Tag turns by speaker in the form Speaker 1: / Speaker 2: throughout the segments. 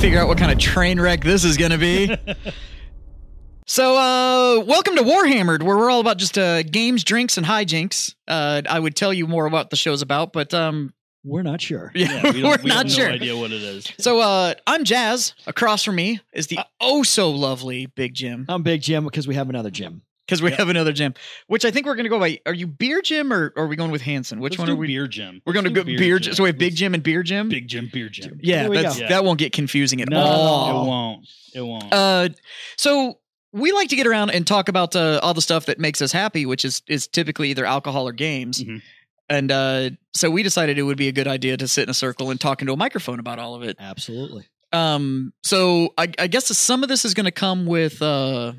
Speaker 1: figure out what kind of train wreck this is going to be. so, uh, welcome to Warhammered, where we're all about just uh, games, drinks, and hijinks. Uh, I would tell you more about the show's about, but um,
Speaker 2: We're not sure.
Speaker 1: yeah,
Speaker 3: we
Speaker 1: we are
Speaker 3: don't- we
Speaker 1: not
Speaker 3: have
Speaker 1: sure.
Speaker 3: No idea what it is.
Speaker 1: So, uh, I'm Jazz. Across from me is
Speaker 3: Uh,
Speaker 1: the oh so lovely Big Jim,
Speaker 2: I'm Big Jim because we have another Jim.
Speaker 1: because we have another Jim, which I think we're going to go by. Are you Beer Jim or, or are we going with Hanson? Which
Speaker 3: Let's
Speaker 1: one
Speaker 3: do
Speaker 1: are we?
Speaker 3: Beer Jim.
Speaker 1: We're going to
Speaker 3: Let's
Speaker 1: go
Speaker 3: do
Speaker 1: beer. Jim. So we have Big Jim and Beer Jim.
Speaker 3: Let's- Big Jim. Beer Jim.
Speaker 1: yeah,
Speaker 2: There we
Speaker 1: that's,
Speaker 3: go.
Speaker 1: that won't get confusing at
Speaker 3: No,
Speaker 1: all.
Speaker 3: it won't. It won't.
Speaker 1: Uh, so we like to get around and talk about uh, all the stuff that makes us happy, which is is typically either alcohol or games.
Speaker 3: Mhm.
Speaker 1: And uh, so we decided it would be a good idea to sit in a circle and talk into a microphone about all of it.
Speaker 2: Absolutely.
Speaker 1: Um, so I, I guess some of this is going to come with uh,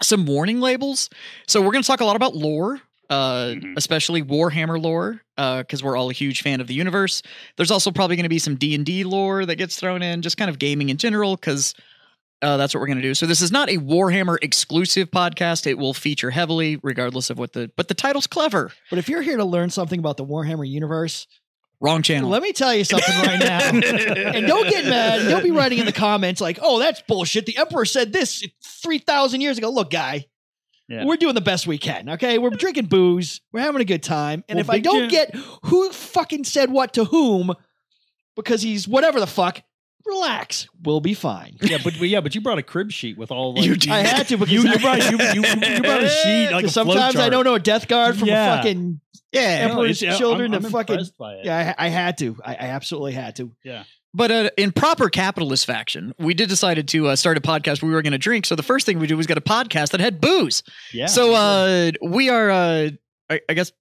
Speaker 1: some warning labels. So we're going to talk a lot about lore, uh,
Speaker 3: Mhm.
Speaker 1: especially Warhammer lore, because we're all a huge fan of the universe. There's also probably going to be some D and D lore that gets thrown in, just kind of gaming in general, because uh, that's what we're going to do. So this is not a Warhammer exclusive podcast. It will feature heavily, regardless of what the. But the title's clever.
Speaker 2: But if you're here to learn something about the Warhammer universe,
Speaker 1: Wrong channel.
Speaker 2: let me tell you something right now. And don't get mad. Don't be writing in the comments like, "Oh, that's bullshit." The Emperor said this three thousand years ago. Look, guy,
Speaker 3: Yeah.
Speaker 2: we're doing the best we can. Okay, we're drinking booze, we're having a good time, and
Speaker 3: Well,
Speaker 2: if I
Speaker 3: Big
Speaker 2: don't
Speaker 3: Jim-
Speaker 2: get who fucking said what to whom, because he's whatever the fuck, relax, we'll be fine.
Speaker 3: yeah, but but yeah, but you brought a crib sheet with all like
Speaker 1: You
Speaker 3: you,
Speaker 1: did.
Speaker 2: I had to because
Speaker 3: you,
Speaker 2: I-
Speaker 3: you brought you, you, you brought a sheet like a
Speaker 2: Because sometimes
Speaker 3: flow
Speaker 2: I
Speaker 3: chart.
Speaker 2: don't know a death guard from
Speaker 3: Yeah.
Speaker 2: a fucking
Speaker 1: yeah.
Speaker 2: Emperor's
Speaker 3: it's-
Speaker 2: children
Speaker 3: I'm,
Speaker 2: to
Speaker 3: I'm
Speaker 2: fucking-
Speaker 3: impressed by it.
Speaker 2: yeah. I, I had to. I, I absolutely had to.
Speaker 1: But uh, in proper capitalist faction, we did decided to uh, start a podcast. where We were going to drink, so the first thing we did was get a podcast that had booze.
Speaker 3: Yeah.
Speaker 1: so uh, we are, uh, I, I guess,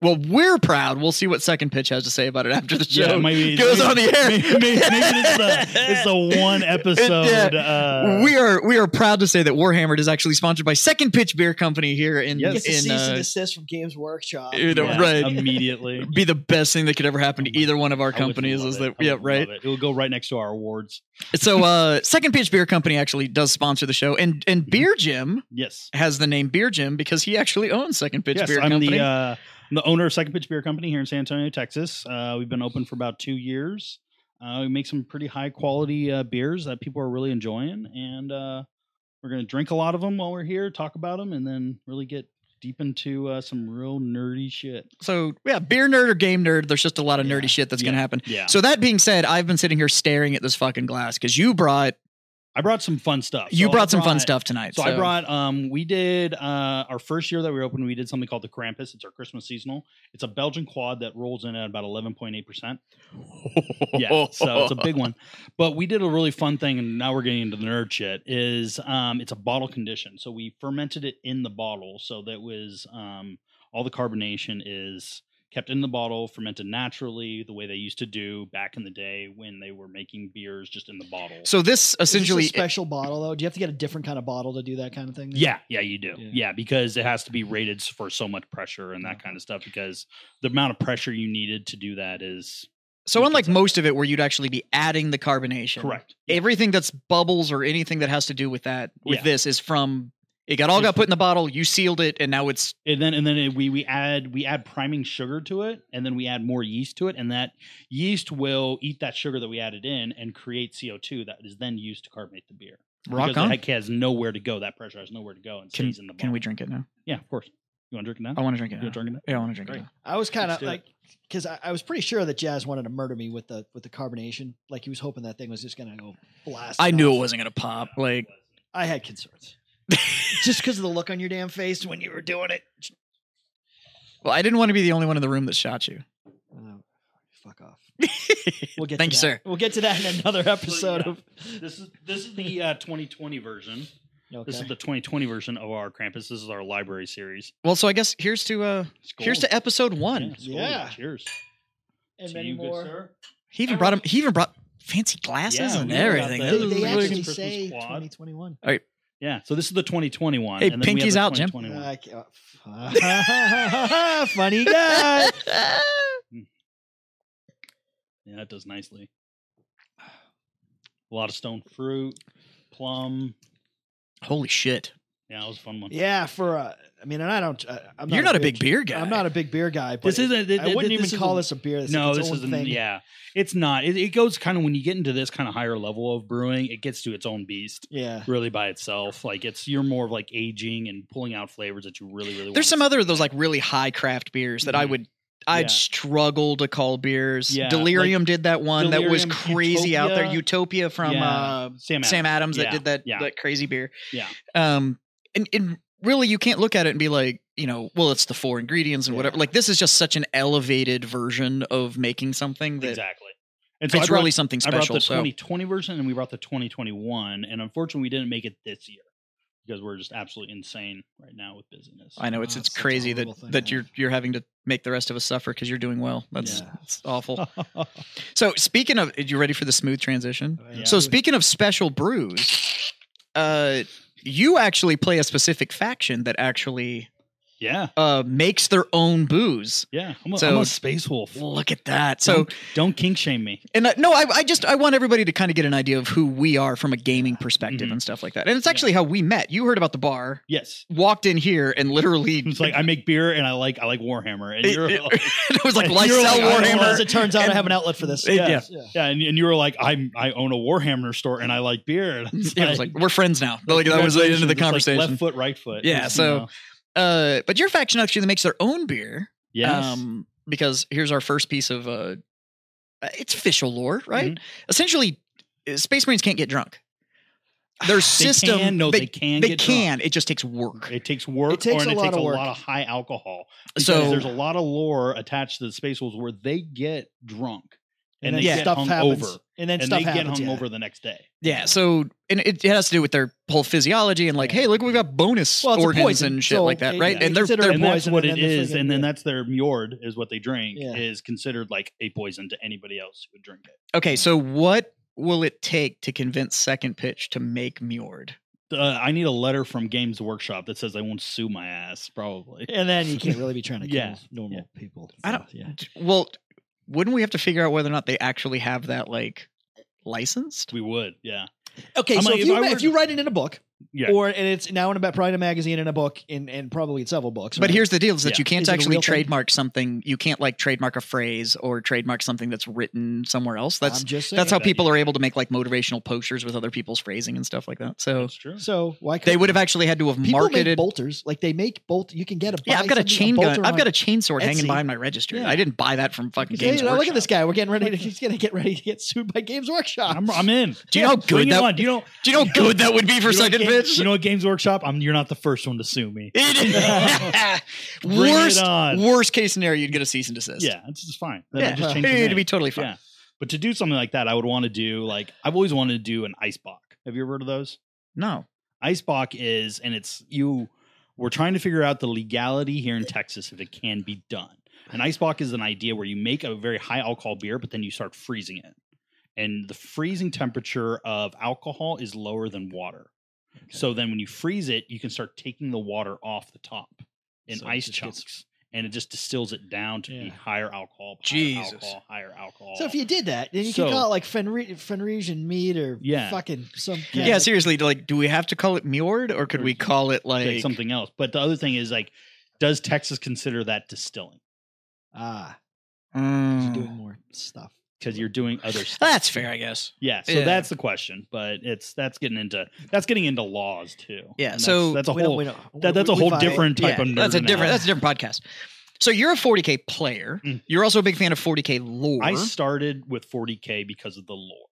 Speaker 1: well, we're proud. We'll see what Second Pitch has to say about it after the
Speaker 3: yeah,
Speaker 1: show
Speaker 3: maybe
Speaker 1: goes on the air.
Speaker 3: Maybe, maybe it's the it's the one episode. Uh,
Speaker 1: we are we are proud to say that Warhammered is actually sponsored by Second Pitch Beer Company here in
Speaker 3: Yes.
Speaker 2: Gets a
Speaker 1: in
Speaker 2: cease and
Speaker 1: uh,
Speaker 2: desist from Games Workshop.
Speaker 1: you know,
Speaker 3: yeah, Um,
Speaker 1: right.
Speaker 3: immediately.
Speaker 1: be the best thing that could ever happen to either one of our
Speaker 3: I would
Speaker 1: companies
Speaker 3: love
Speaker 1: is
Speaker 3: it.
Speaker 1: that
Speaker 3: I
Speaker 1: yeah
Speaker 3: would
Speaker 1: right
Speaker 3: love It. It'll go right next to our awards.
Speaker 1: so uh second pitch beer company actually does sponsor the show and and
Speaker 3: Mm-hmm.
Speaker 1: beer gym
Speaker 3: Yes.
Speaker 1: has the name Beer Jim because he actually owns Second Pitch
Speaker 3: yes,
Speaker 1: Beer
Speaker 3: I'm
Speaker 1: Company.
Speaker 3: the uh, I'm the owner of Second Pitch Beer Company here in San Antonio, Texas. Uh, we've been open for about two years. Uh, we make some pretty high quality uh, beers that people are really enjoying, and uh, we're going to drink a lot of them while we're here, talk about them, and then really get deep into uh, some real nerdy shit.
Speaker 1: so yeah, beer nerd or game nerd, there's just a lot of nerdy
Speaker 3: Yeah.
Speaker 1: shit that's gonna happen.
Speaker 3: Yeah.
Speaker 1: So that being said, I've been sitting here staring at this fucking glass because you brought
Speaker 3: I brought some fun stuff.
Speaker 1: you
Speaker 3: So I
Speaker 1: brought some fun stuff tonight.
Speaker 3: So, I brought um we did uh our first year that we were open, we did something called the Krampus. It's our Christmas seasonal. It's a Belgian quad that rolls in at about eleven point eight percent. Yeah. So it's a big one. But we did a really fun thing, and now we're getting into the nerd shit, is um it's a bottle condition. So we fermented it in the bottle. So that was um all the carbonation is kept in the bottle, fermented naturally, the way they used to do back in the day when they were making beers just in the bottle.
Speaker 1: So this
Speaker 2: Is this
Speaker 1: essentially
Speaker 2: a special bottle though. Do you have to get a different kind of bottle to do that kind of thing?
Speaker 3: Yeah, yeah, you do.
Speaker 2: Yeah.
Speaker 3: Yeah. because it has to be rated s- for so much pressure and that kind of stuff. Because the amount of pressure you needed to do that is
Speaker 1: so unlike most of it where you'd actually be adding the carbonation.
Speaker 3: correct.
Speaker 1: Everything that's bubbles or anything that has to do with that with
Speaker 3: Yeah.
Speaker 1: this is from it got all
Speaker 3: It's
Speaker 1: got put
Speaker 3: from-
Speaker 1: in the bottle, you sealed it, and now it's
Speaker 3: And then and then it, we we add we add priming sugar to it, and then we add more yeast to it, and that yeast will eat that sugar that we added in and create CO two that is then used to carbonate the beer.
Speaker 1: rock
Speaker 3: because
Speaker 1: on.
Speaker 3: It heck has nowhere to go. That pressure has nowhere to go and
Speaker 1: Can,
Speaker 3: stays in the.
Speaker 1: can we
Speaker 3: bottle.
Speaker 1: drink it now?
Speaker 3: Yeah, of course. You want to drink it now?
Speaker 1: I want to drink it
Speaker 3: you
Speaker 1: now.
Speaker 3: want to drink it now?
Speaker 1: Yeah, I want to drink it
Speaker 3: Great.
Speaker 1: now.
Speaker 2: I was kind
Speaker 3: Let's
Speaker 2: of
Speaker 3: do it.
Speaker 2: like because I, I was pretty sure that Jazz wanted to murder me with the with the carbonation. Like he was hoping that thing was just gonna go blast.
Speaker 1: I knew
Speaker 2: off.
Speaker 1: it wasn't gonna pop. Like
Speaker 2: I had concerns. just because of the look on your damn face when you were doing it.
Speaker 1: Well, I didn't want to be the only one in the room that shot you.
Speaker 2: Oh, fuck off. We'll get
Speaker 1: Thank you,
Speaker 2: to that.
Speaker 1: sir.
Speaker 2: We'll get to that in another episode
Speaker 3: yeah.
Speaker 2: of
Speaker 3: This is this is the uh, 2020 version.
Speaker 2: okay.
Speaker 3: This is the 2020 version of our Krampus. This is our library series.
Speaker 1: Well, so I guess here's to uh here's to episode one.
Speaker 3: Skull.
Speaker 2: Yeah.
Speaker 3: Cheers.
Speaker 2: and
Speaker 3: To
Speaker 2: many
Speaker 3: you, good
Speaker 2: more.
Speaker 3: sir.
Speaker 1: He even brought him. He even brought fancy glasses
Speaker 3: Yeah,
Speaker 1: and
Speaker 3: we got
Speaker 1: everything.
Speaker 3: that.
Speaker 1: This
Speaker 2: They,
Speaker 1: is
Speaker 2: they
Speaker 1: really-
Speaker 2: actually
Speaker 3: Christmas
Speaker 2: say
Speaker 3: quad.
Speaker 2: 2021.
Speaker 3: Yeah. So this is the 2021.
Speaker 1: Hey,
Speaker 3: and then we have
Speaker 1: pinkies
Speaker 3: the
Speaker 1: out, Jim.
Speaker 3: 2021.
Speaker 2: I ca- uh, f- Funny guy.
Speaker 3: yeah, that does nicely. A lot of stone fruit, plum.
Speaker 1: Holy shit!
Speaker 3: Yeah, that was a fun one.
Speaker 2: Yeah, for uh, I mean, and I don't. Uh, I'm
Speaker 1: You're not a big beer guy.
Speaker 2: I'm not a big beer guy. But
Speaker 3: This
Speaker 2: it-
Speaker 3: isn't.
Speaker 2: I wouldn't even
Speaker 3: is
Speaker 2: call
Speaker 3: a-
Speaker 2: this a beer. This
Speaker 3: no,
Speaker 2: is
Speaker 3: this
Speaker 2: its own
Speaker 3: isn't.
Speaker 2: thing.
Speaker 3: Yeah, it's not. It, it goes kind of when you get into this kind of higher level of brewing, it gets to its own beast,
Speaker 2: yeah.
Speaker 3: really by itself. Like it's you're more of like aging and pulling out flavors that you really, really.
Speaker 1: There's some
Speaker 3: want.
Speaker 1: other of those like really high craft beers that I
Speaker 3: Mhm.
Speaker 1: would I'd
Speaker 3: Yeah.
Speaker 1: struggle to call beers.
Speaker 3: Yeah, like
Speaker 1: Delirium did that one that was
Speaker 3: Delirium,
Speaker 1: crazy out there. Utopia from
Speaker 3: Yeah.
Speaker 1: uh,
Speaker 3: Sam.
Speaker 1: Sam Adams
Speaker 3: Adams. Yeah,
Speaker 1: that did that
Speaker 3: yeah.
Speaker 1: that crazy beer.
Speaker 3: Yeah.
Speaker 1: Um and, and really you can't look at it and be like, you know, well it's the four ingredients and
Speaker 2: Yeah.
Speaker 1: whatever. Like this is just such an elevated version of making something that
Speaker 3: exactly. And I
Speaker 1: it's
Speaker 3: brought-
Speaker 1: really something
Speaker 3: I brought
Speaker 1: special.
Speaker 3: the
Speaker 1: So
Speaker 3: 2020 version and we brought the 2021, and unfortunately, we didn't make it this year because we're just absolutely insane right now with business.
Speaker 1: I know it's
Speaker 2: Wow,
Speaker 1: it's
Speaker 2: that's a
Speaker 1: crazy that
Speaker 2: horrible thing,
Speaker 1: that
Speaker 2: man.
Speaker 1: you're you're having to make the rest of us suffer because you're doing well. That's
Speaker 2: Yeah.
Speaker 1: that's awful. So speaking of, are you ready for the smooth
Speaker 3: Oh,
Speaker 1: transition?
Speaker 2: Yeah.
Speaker 1: So speaking of special brews, uh, you actually play a specific faction that actually
Speaker 3: yeah,
Speaker 1: uh, makes their own booze.
Speaker 3: yeah. I'm a, I'm
Speaker 1: So-
Speaker 3: a space wolf.
Speaker 1: Look at that. So
Speaker 3: Don't kink shame me.
Speaker 1: and uh, no, I, I just I want everybody to kind of get an idea of who we are from a gaming perspective
Speaker 3: Mhm.
Speaker 1: and stuff like that. And it's actually how we met. You heard about the bar,
Speaker 3: Yes,
Speaker 1: walked in here, and literally
Speaker 3: it's like I make beer and I like I like Warhammer, and
Speaker 1: It-
Speaker 3: you're
Speaker 1: it-
Speaker 3: like,
Speaker 1: it was like
Speaker 3: You're
Speaker 1: life
Speaker 3: like,
Speaker 1: sell
Speaker 3: I don't
Speaker 1: Warhammer.
Speaker 2: As it turns out, I
Speaker 1: and-
Speaker 2: have an outlet for this.
Speaker 1: It- yeah.
Speaker 3: yeah, and, and you were like I I own a Warhammer store and I like beer. And it's
Speaker 1: Yeah, it was like we're friends now. Like that was the end of the
Speaker 3: congratulations. It's like
Speaker 1: conversation.
Speaker 3: left foot, right foot.
Speaker 1: Yeah,
Speaker 3: It's,
Speaker 1: so-
Speaker 3: you know,
Speaker 1: uh, but your faction actually makes their own beer.
Speaker 3: yes.
Speaker 1: Um, because here's our first piece of uh, it's official lore, right?
Speaker 3: Mm-hmm.
Speaker 1: Essentially, uh, Space Marines can't get drunk. Their system,
Speaker 3: they can, no, they,
Speaker 1: they,
Speaker 3: can.
Speaker 1: they
Speaker 3: get drunk.
Speaker 1: can. It just takes work.
Speaker 3: It takes work,
Speaker 2: It takes
Speaker 3: or, and
Speaker 2: a
Speaker 3: it
Speaker 2: lot
Speaker 3: takes
Speaker 2: of
Speaker 3: a
Speaker 2: work.
Speaker 3: lot of high alcohol. Because
Speaker 1: So-
Speaker 3: there's a lot of lore attached to the Space Wolves where they get drunk and,
Speaker 2: then
Speaker 3: they get
Speaker 2: stuff
Speaker 3: hung
Speaker 2: happens.
Speaker 3: over,
Speaker 2: and then
Speaker 3: and
Speaker 2: stuff
Speaker 3: they get
Speaker 2: happens.
Speaker 3: hung
Speaker 2: yeah.
Speaker 3: over the next day.
Speaker 1: yeah. So, and it, it has to do with their whole physiology and like,
Speaker 3: Yeah.
Speaker 1: hey, look, we got bonus
Speaker 2: Well, it's a
Speaker 1: organs
Speaker 2: poison,
Speaker 1: and shit
Speaker 2: so
Speaker 1: like that,
Speaker 2: it-
Speaker 1: right?
Speaker 2: yeah,
Speaker 1: and they're,
Speaker 2: consider it
Speaker 1: they're
Speaker 3: and
Speaker 2: poison
Speaker 3: that's what
Speaker 2: and
Speaker 3: it
Speaker 2: then they
Speaker 3: is,
Speaker 2: friggin'
Speaker 3: and then
Speaker 2: do it.
Speaker 3: that's their Mjord is what they drink
Speaker 2: Yeah.
Speaker 3: is considered like a poison to anybody else who would drink it.
Speaker 1: okay. So, what will it take to convince Second Pitch to make Mjord?
Speaker 3: Uh, I need a letter from Games Workshop that says they won't sue my ass. Probably.
Speaker 2: And then you can't really be trying to kill
Speaker 3: Yeah.
Speaker 2: normal people.
Speaker 1: I don't-
Speaker 2: Yeah.
Speaker 1: Well, wouldn't we have to figure out whether or not they actually have that like licensed?
Speaker 3: We would, yeah,
Speaker 2: Okay,
Speaker 3: I'm
Speaker 2: so
Speaker 3: like,
Speaker 2: if
Speaker 3: if
Speaker 2: you
Speaker 3: I
Speaker 2: ma-
Speaker 3: were-
Speaker 2: if you write it in a book,
Speaker 3: yeah.
Speaker 2: or and it's now in about probably in a magazine and a book and and probably in several books.
Speaker 1: But
Speaker 2: right?
Speaker 1: here's the deal: is that
Speaker 3: Yeah.
Speaker 1: you can't
Speaker 2: Is it a
Speaker 1: actually
Speaker 2: real thing?
Speaker 1: trademark something. You can't like trademark a phrase or trademark something that's written somewhere else. That's
Speaker 2: I'm just saying.
Speaker 1: that's how
Speaker 3: that,
Speaker 1: people
Speaker 3: yeah.
Speaker 1: are able to make like motivational posters with other people's phrasing and stuff like that. So
Speaker 3: that's true.
Speaker 2: So why
Speaker 1: they
Speaker 2: couldn't
Speaker 1: would have actually had to have
Speaker 2: people make
Speaker 1: marketed.
Speaker 2: bolters like they make bolt? You can get a
Speaker 1: Yeah,
Speaker 2: buy
Speaker 1: I've got a
Speaker 2: something,
Speaker 1: chain
Speaker 2: bolter
Speaker 1: gun. I've
Speaker 2: on-
Speaker 1: got a chainsaw hanging
Speaker 2: Etsy.
Speaker 1: behind my register.
Speaker 3: Yeah.
Speaker 1: I didn't buy that from fucking
Speaker 2: Hey,
Speaker 1: Games
Speaker 2: now look at
Speaker 1: Workshop.
Speaker 2: this guy. We're getting ready. To, he's gonna get ready to get sued by Games Workshop.
Speaker 3: I'm, I'm in.
Speaker 1: Do you know how
Speaker 3: Yeah, bring
Speaker 1: good
Speaker 3: it
Speaker 1: that-
Speaker 3: on. Do you know
Speaker 1: Do you know how good that would be for
Speaker 3: you know what
Speaker 1: Second
Speaker 3: Game-
Speaker 1: Pitch?
Speaker 3: You know what Games Workshop? I'm, you're not the first one to sue me.
Speaker 1: It is-
Speaker 3: Bring it
Speaker 1: worst
Speaker 3: on.
Speaker 1: worst case scenario, you'd get a cease and desist.
Speaker 3: Yeah, it's just fine. Then I
Speaker 1: yeah,
Speaker 3: just change the
Speaker 1: it'd
Speaker 3: name.
Speaker 1: be totally fine.
Speaker 3: Yeah. But to do something like that, I would want to do like I've always wanted to do an ice box. Have you ever heard of those?
Speaker 1: No,
Speaker 3: Ice box is, and it's you. We're trying to figure out the legality here in Texas if it can be done. An ice box is an idea where you make a very high alcohol beer, but then you start freezing it, and the freezing temperature of alcohol is lower than water. So then, when you freeze it, you can start taking the water off the top in
Speaker 2: So it
Speaker 3: ice
Speaker 2: just
Speaker 3: chunks,
Speaker 2: gets-
Speaker 3: and it just distills it down to be
Speaker 2: Yeah.
Speaker 3: higher alcohol, higher
Speaker 1: Jesus.
Speaker 3: alcohol, higher alcohol.
Speaker 2: So if you did that, then you
Speaker 3: So-
Speaker 2: can call it like Fenri- Fenrisian meat or
Speaker 3: Yeah.
Speaker 2: fucking some.
Speaker 1: Yeah,
Speaker 2: Kind of-
Speaker 1: seriously. Like, do we have to call it Mjord, or could we call it like,
Speaker 3: like, something else. But the other thing is like, does Texas consider that distilling?
Speaker 2: ah,
Speaker 1: Mm.
Speaker 2: she's doing more stuff.
Speaker 3: Because you're doing other stuff.
Speaker 1: That's fair, I guess.
Speaker 3: yeah. So
Speaker 1: yeah.
Speaker 3: that's the question. But it's that's getting into that's getting into laws too.
Speaker 1: Yeah,
Speaker 3: And
Speaker 1: so
Speaker 3: that's, that's a
Speaker 2: We don't-
Speaker 3: whole
Speaker 2: we don't-
Speaker 3: that,
Speaker 2: we-
Speaker 3: that's a
Speaker 2: we
Speaker 3: whole
Speaker 2: find-
Speaker 3: different type
Speaker 1: Yeah,
Speaker 3: of nerd
Speaker 1: that's a different.
Speaker 3: now.
Speaker 1: That's a different podcast. So you're a 40k player.
Speaker 3: Mm.
Speaker 1: You're also a big fan of 40k lore.
Speaker 3: I started with 40k because of the lore.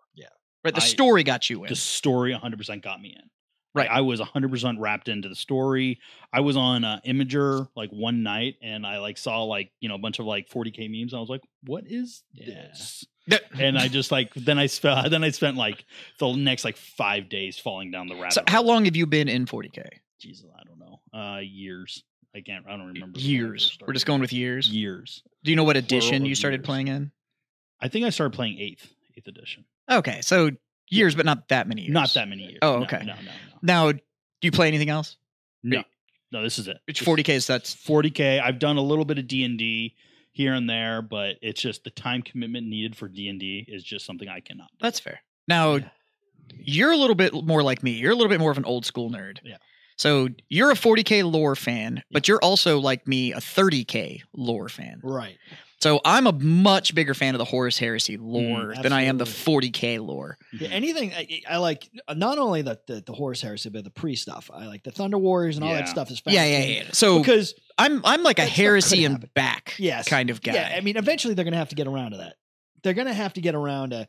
Speaker 1: right, the
Speaker 3: I-
Speaker 1: story got you in.
Speaker 3: The story 100% got me in.
Speaker 1: Right.
Speaker 3: I was 100% wrapped into the story. I was on uh, Imager like one night and I like saw like, you know, a bunch of like 40k memes. I was like, what is
Speaker 2: Yeah.
Speaker 3: this?
Speaker 1: That-
Speaker 3: and I just like then I spent then I spent like the next like five days falling down the rabbit.
Speaker 1: so how long have you been in 40k?
Speaker 3: Jesus, I don't know. Uh, years. I can't. I don't remember. the numbers
Speaker 1: Years. We're just going
Speaker 3: started.
Speaker 1: with years.
Speaker 3: years.
Speaker 1: Do you know what
Speaker 3: Plural
Speaker 1: edition
Speaker 3: of
Speaker 1: you started
Speaker 3: years.
Speaker 1: playing in?
Speaker 3: I think I started playing eighth, eighth edition.
Speaker 1: Okay, so years, but not that many years.
Speaker 3: Not that many years.
Speaker 1: Oh,
Speaker 3: No,
Speaker 1: okay.
Speaker 3: No, no, no.
Speaker 1: Now, do you play anything else?
Speaker 3: No, no. This is it.
Speaker 1: It's
Speaker 3: This-
Speaker 1: 40k. So that's
Speaker 3: 40k. I've done a little bit of D and D here and there, but it's just the time commitment needed for D and D is just something I cannot.
Speaker 1: That's fair. Now, you're a little bit more like me. You're a little bit more of an old school nerd.
Speaker 3: Yeah.
Speaker 1: So you're a 40k lore fan, but you're also like me a 30k lore fan.
Speaker 2: Right.
Speaker 1: So I'm a much bigger fan of the Horus Heresy lore than I am the
Speaker 2: Mm, absolutely.
Speaker 1: 40k lore.
Speaker 2: Yeah, anything I, I like, not only the, the the Horus Heresy, but the pre stuff. I like the Thunder Warriors and all that
Speaker 3: Yeah.
Speaker 2: stuff is
Speaker 1: Yeah,
Speaker 2: fascinating.
Speaker 1: yeah, yeah. Oh, So
Speaker 2: Because
Speaker 1: I'm I'm like a
Speaker 2: that stuff could
Speaker 1: heresy and
Speaker 2: happen.
Speaker 1: back
Speaker 2: Yes.
Speaker 1: kind of guy.
Speaker 2: Yeah, I mean, eventually they're going to have to get around to that. They're going to have to get around to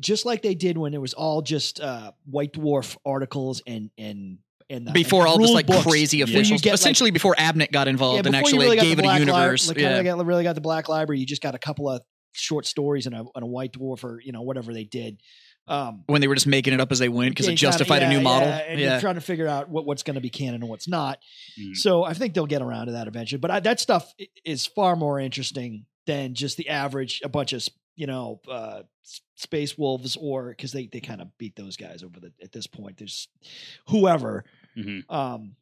Speaker 2: just like they did when it was all just uh, white dwarf articles and and and the,
Speaker 1: before
Speaker 2: and
Speaker 1: all this
Speaker 2: rule
Speaker 1: like
Speaker 2: books.
Speaker 1: crazy officials,
Speaker 2: get, like-
Speaker 1: essentially before Abnett got
Speaker 2: Yeah,
Speaker 1: involved and
Speaker 2: before you
Speaker 1: actually
Speaker 2: really got the
Speaker 1: gave it a
Speaker 2: Black Lib-
Speaker 1: universe.
Speaker 2: like, kinda
Speaker 1: yeah.
Speaker 2: got- really got the black library. You just got a couple of short stories and a and a white dwarf or you know whatever they did. Um,
Speaker 1: When they were just making it up as they went because
Speaker 2: yeah,
Speaker 1: it
Speaker 2: kinda-
Speaker 1: justified a
Speaker 2: yeah,
Speaker 1: new model.
Speaker 2: Yeah,
Speaker 1: Yeah,
Speaker 2: and you're trying to figure out what, what's going to be canon and what's not.
Speaker 3: Mm.
Speaker 2: So I think they'll get around to that eventually. But I, that stuff i- is far more interesting than just the average a bunch of s- you know uh, s- space wolves or because they they kind of beat those guys over the at this point. There's whoever.
Speaker 3: Mhm.
Speaker 1: Mm-hmm.
Speaker 2: Um,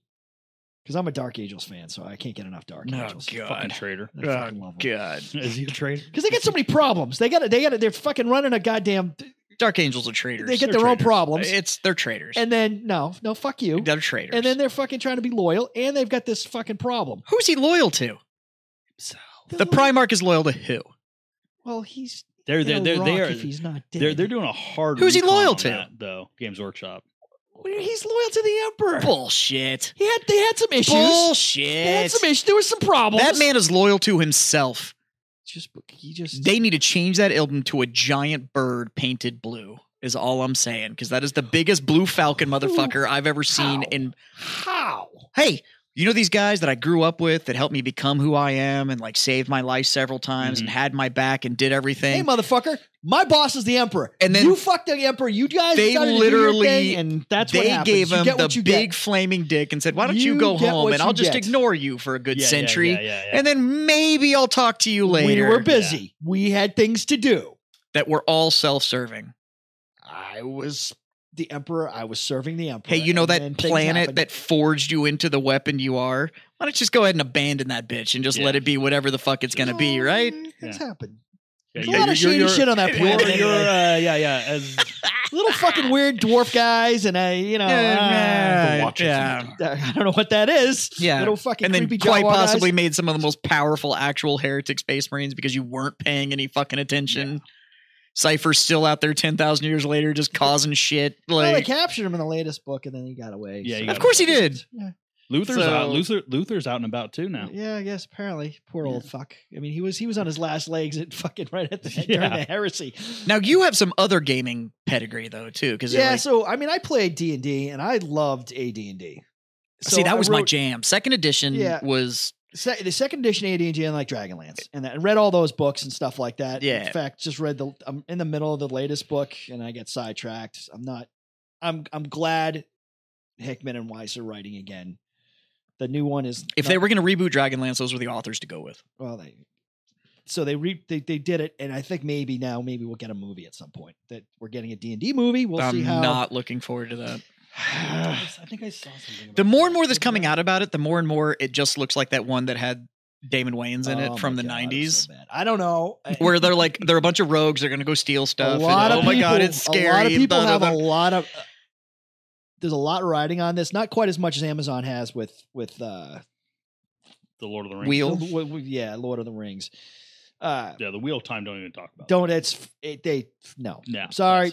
Speaker 2: because I'm a Dark Angels fan, so I can't get enough Dark
Speaker 1: Oh,
Speaker 2: Angels.
Speaker 1: God. Oh,
Speaker 3: Fucking traitor.
Speaker 2: I fucking love them.
Speaker 1: God,
Speaker 3: Is he a traitor?
Speaker 2: Because they got so many problems. They got to They got to They're fucking running a goddamn.
Speaker 1: Dark Angels are traitors.
Speaker 2: They get
Speaker 1: They're
Speaker 2: their own
Speaker 1: traitors.
Speaker 2: problems,
Speaker 1: It's they're traitors.
Speaker 2: and then no, no, fuck you.
Speaker 1: they're traitors.
Speaker 2: And then they're fucking trying to be loyal, and they've got this fucking problem.
Speaker 1: who's he loyal to? The Primarch is loyal to who?
Speaker 2: Well, he's
Speaker 3: They're
Speaker 2: in
Speaker 3: they're
Speaker 2: a
Speaker 3: they're
Speaker 2: rock
Speaker 3: they are
Speaker 2: if he's not dead.
Speaker 3: they're they're doing a hard.
Speaker 1: Who's he
Speaker 3: recon
Speaker 1: loyal
Speaker 3: on
Speaker 1: to?
Speaker 3: that, though? Games Workshop.
Speaker 2: he's loyal to the emperor.
Speaker 1: Bullshit.
Speaker 2: He had they had some issues. They had
Speaker 1: Bullshit.
Speaker 2: some issues. There was some problems.
Speaker 1: That man is loyal to himself.
Speaker 2: just he just
Speaker 1: They need to change that album to a giant bird painted blue. Is all I'm saying because that is the biggest blue falcon motherfucker I've ever seen.
Speaker 2: How?
Speaker 1: In
Speaker 2: how
Speaker 1: hey, you know these guys that I grew up with that helped me become who I am and like saved my life several times
Speaker 2: Mm-hmm.
Speaker 1: and had my back and did
Speaker 2: hey
Speaker 1: everything.
Speaker 2: motherfucker, my boss is the emperor,
Speaker 1: And then-
Speaker 2: you fucked the emperor. You guys
Speaker 1: They
Speaker 2: decided to do your
Speaker 1: literally-
Speaker 2: thing, and that's what
Speaker 1: they
Speaker 2: happens.
Speaker 1: gave
Speaker 2: you
Speaker 1: him
Speaker 2: get
Speaker 1: the
Speaker 2: what you
Speaker 1: big
Speaker 2: get.
Speaker 1: flaming dick and said, "Why don't you,
Speaker 2: You
Speaker 1: go
Speaker 2: get
Speaker 1: home
Speaker 2: what
Speaker 1: and
Speaker 2: you
Speaker 1: I'll just
Speaker 2: get."
Speaker 1: ignore you for a good
Speaker 3: Yeah, yeah,
Speaker 1: century,
Speaker 3: Yeah, yeah, yeah.
Speaker 1: and then maybe I'll talk to you later."
Speaker 2: We were busy. We had things to do.
Speaker 1: that were all self-serving.
Speaker 2: I was the emperor. I was serving the emperor.
Speaker 1: Hey, you know
Speaker 2: and then
Speaker 1: that
Speaker 2: things
Speaker 1: planet
Speaker 2: happened.
Speaker 1: that forged you into the weapon you are? Why don't you just go ahead and abandon that bitch and just let
Speaker 3: Yeah.
Speaker 1: it be whatever the fuck it's gonna be,
Speaker 2: No,
Speaker 1: right?
Speaker 2: Things happen.
Speaker 3: Yeah,
Speaker 2: There's
Speaker 3: you're-
Speaker 2: a lot of
Speaker 3: you're-
Speaker 2: shady
Speaker 3: you're-
Speaker 2: shit on that
Speaker 3: you're-
Speaker 2: planet.
Speaker 3: you're,
Speaker 2: anyway.
Speaker 3: uh, yeah, yeah. As
Speaker 2: little fucking weird dwarf guys, and I, you know,
Speaker 1: Yeah,
Speaker 2: ah,
Speaker 1: right,
Speaker 2: the Watchers.
Speaker 1: yeah.
Speaker 2: I don't know what that is.
Speaker 1: Yeah.
Speaker 2: little fucking
Speaker 1: and then
Speaker 2: creepy
Speaker 1: quite
Speaker 2: Jawa
Speaker 1: possibly
Speaker 2: guys.
Speaker 1: made some of the most powerful actual heretic space marines because you weren't paying any fucking attention. Cypher's still out there 10,000 years later just causing shit.
Speaker 2: Well, they
Speaker 1: Like,
Speaker 2: captured him in the latest book, and then he got away.
Speaker 3: Yeah, he
Speaker 2: so-
Speaker 3: got Of
Speaker 1: course he away. did.
Speaker 2: Yeah,
Speaker 3: Luther's
Speaker 1: So-
Speaker 3: out, Luther, Luther's out and about too now.
Speaker 2: yeah, I guess apparently, poor
Speaker 1: Yeah.
Speaker 2: old fuck. I mean, he was he was on his last legs at fucking right at the during
Speaker 3: Yeah.
Speaker 2: the heresy.
Speaker 1: now you have some other gaming pedigree though too because
Speaker 2: yeah, so I mean, I played D and D, and I loved AD and D.
Speaker 1: see that was my jam. Second edition
Speaker 2: Yeah.
Speaker 1: was
Speaker 2: se- the second edition AD&D and like Dragonlance and, that, and read all those books and stuff like that.
Speaker 1: Yeah.
Speaker 2: In fact, just read the I'm in the middle of the latest book and I get sidetracked. I'm not I'm I'm glad Hickman and Weiss are writing again. The new one is
Speaker 1: if
Speaker 2: not-
Speaker 1: they were going to reboot Dragonlance, those were the authors to go with.
Speaker 2: well they so they re they, they did it and I think maybe now maybe we'll get a movie at some point that we're getting a D&D movie. We'll
Speaker 1: I'm
Speaker 2: see how
Speaker 1: not looking forward to that.
Speaker 3: I think I saw something.
Speaker 1: The
Speaker 3: about
Speaker 1: more and
Speaker 3: that.
Speaker 1: more that's coming out about it, the more and more it just looks like that one that had Damon Wayans in
Speaker 2: Oh
Speaker 1: it from
Speaker 2: my
Speaker 1: the
Speaker 2: God, it was
Speaker 1: '90s,
Speaker 2: so bad. I don't know. I-
Speaker 1: where they're like they're a bunch of rogues. They're gonna go steal stuff.
Speaker 2: a lot
Speaker 1: and,
Speaker 2: of
Speaker 1: oh my
Speaker 2: people,
Speaker 1: god, it's scary.
Speaker 2: A lot of
Speaker 1: and
Speaker 2: people
Speaker 1: blah, blah,
Speaker 2: have a
Speaker 1: blah.
Speaker 2: lot of. there's a lot riding on this. Not quite as much as Amazon has with with uh,
Speaker 3: The Lord of the Rings.
Speaker 1: wheel.
Speaker 2: w- w- yeah, Lord of the Rings. Uh,
Speaker 3: Yeah, the Wheel of Time. Don't even talk about.
Speaker 2: don't it's it, they no.
Speaker 3: No.
Speaker 2: Sorry,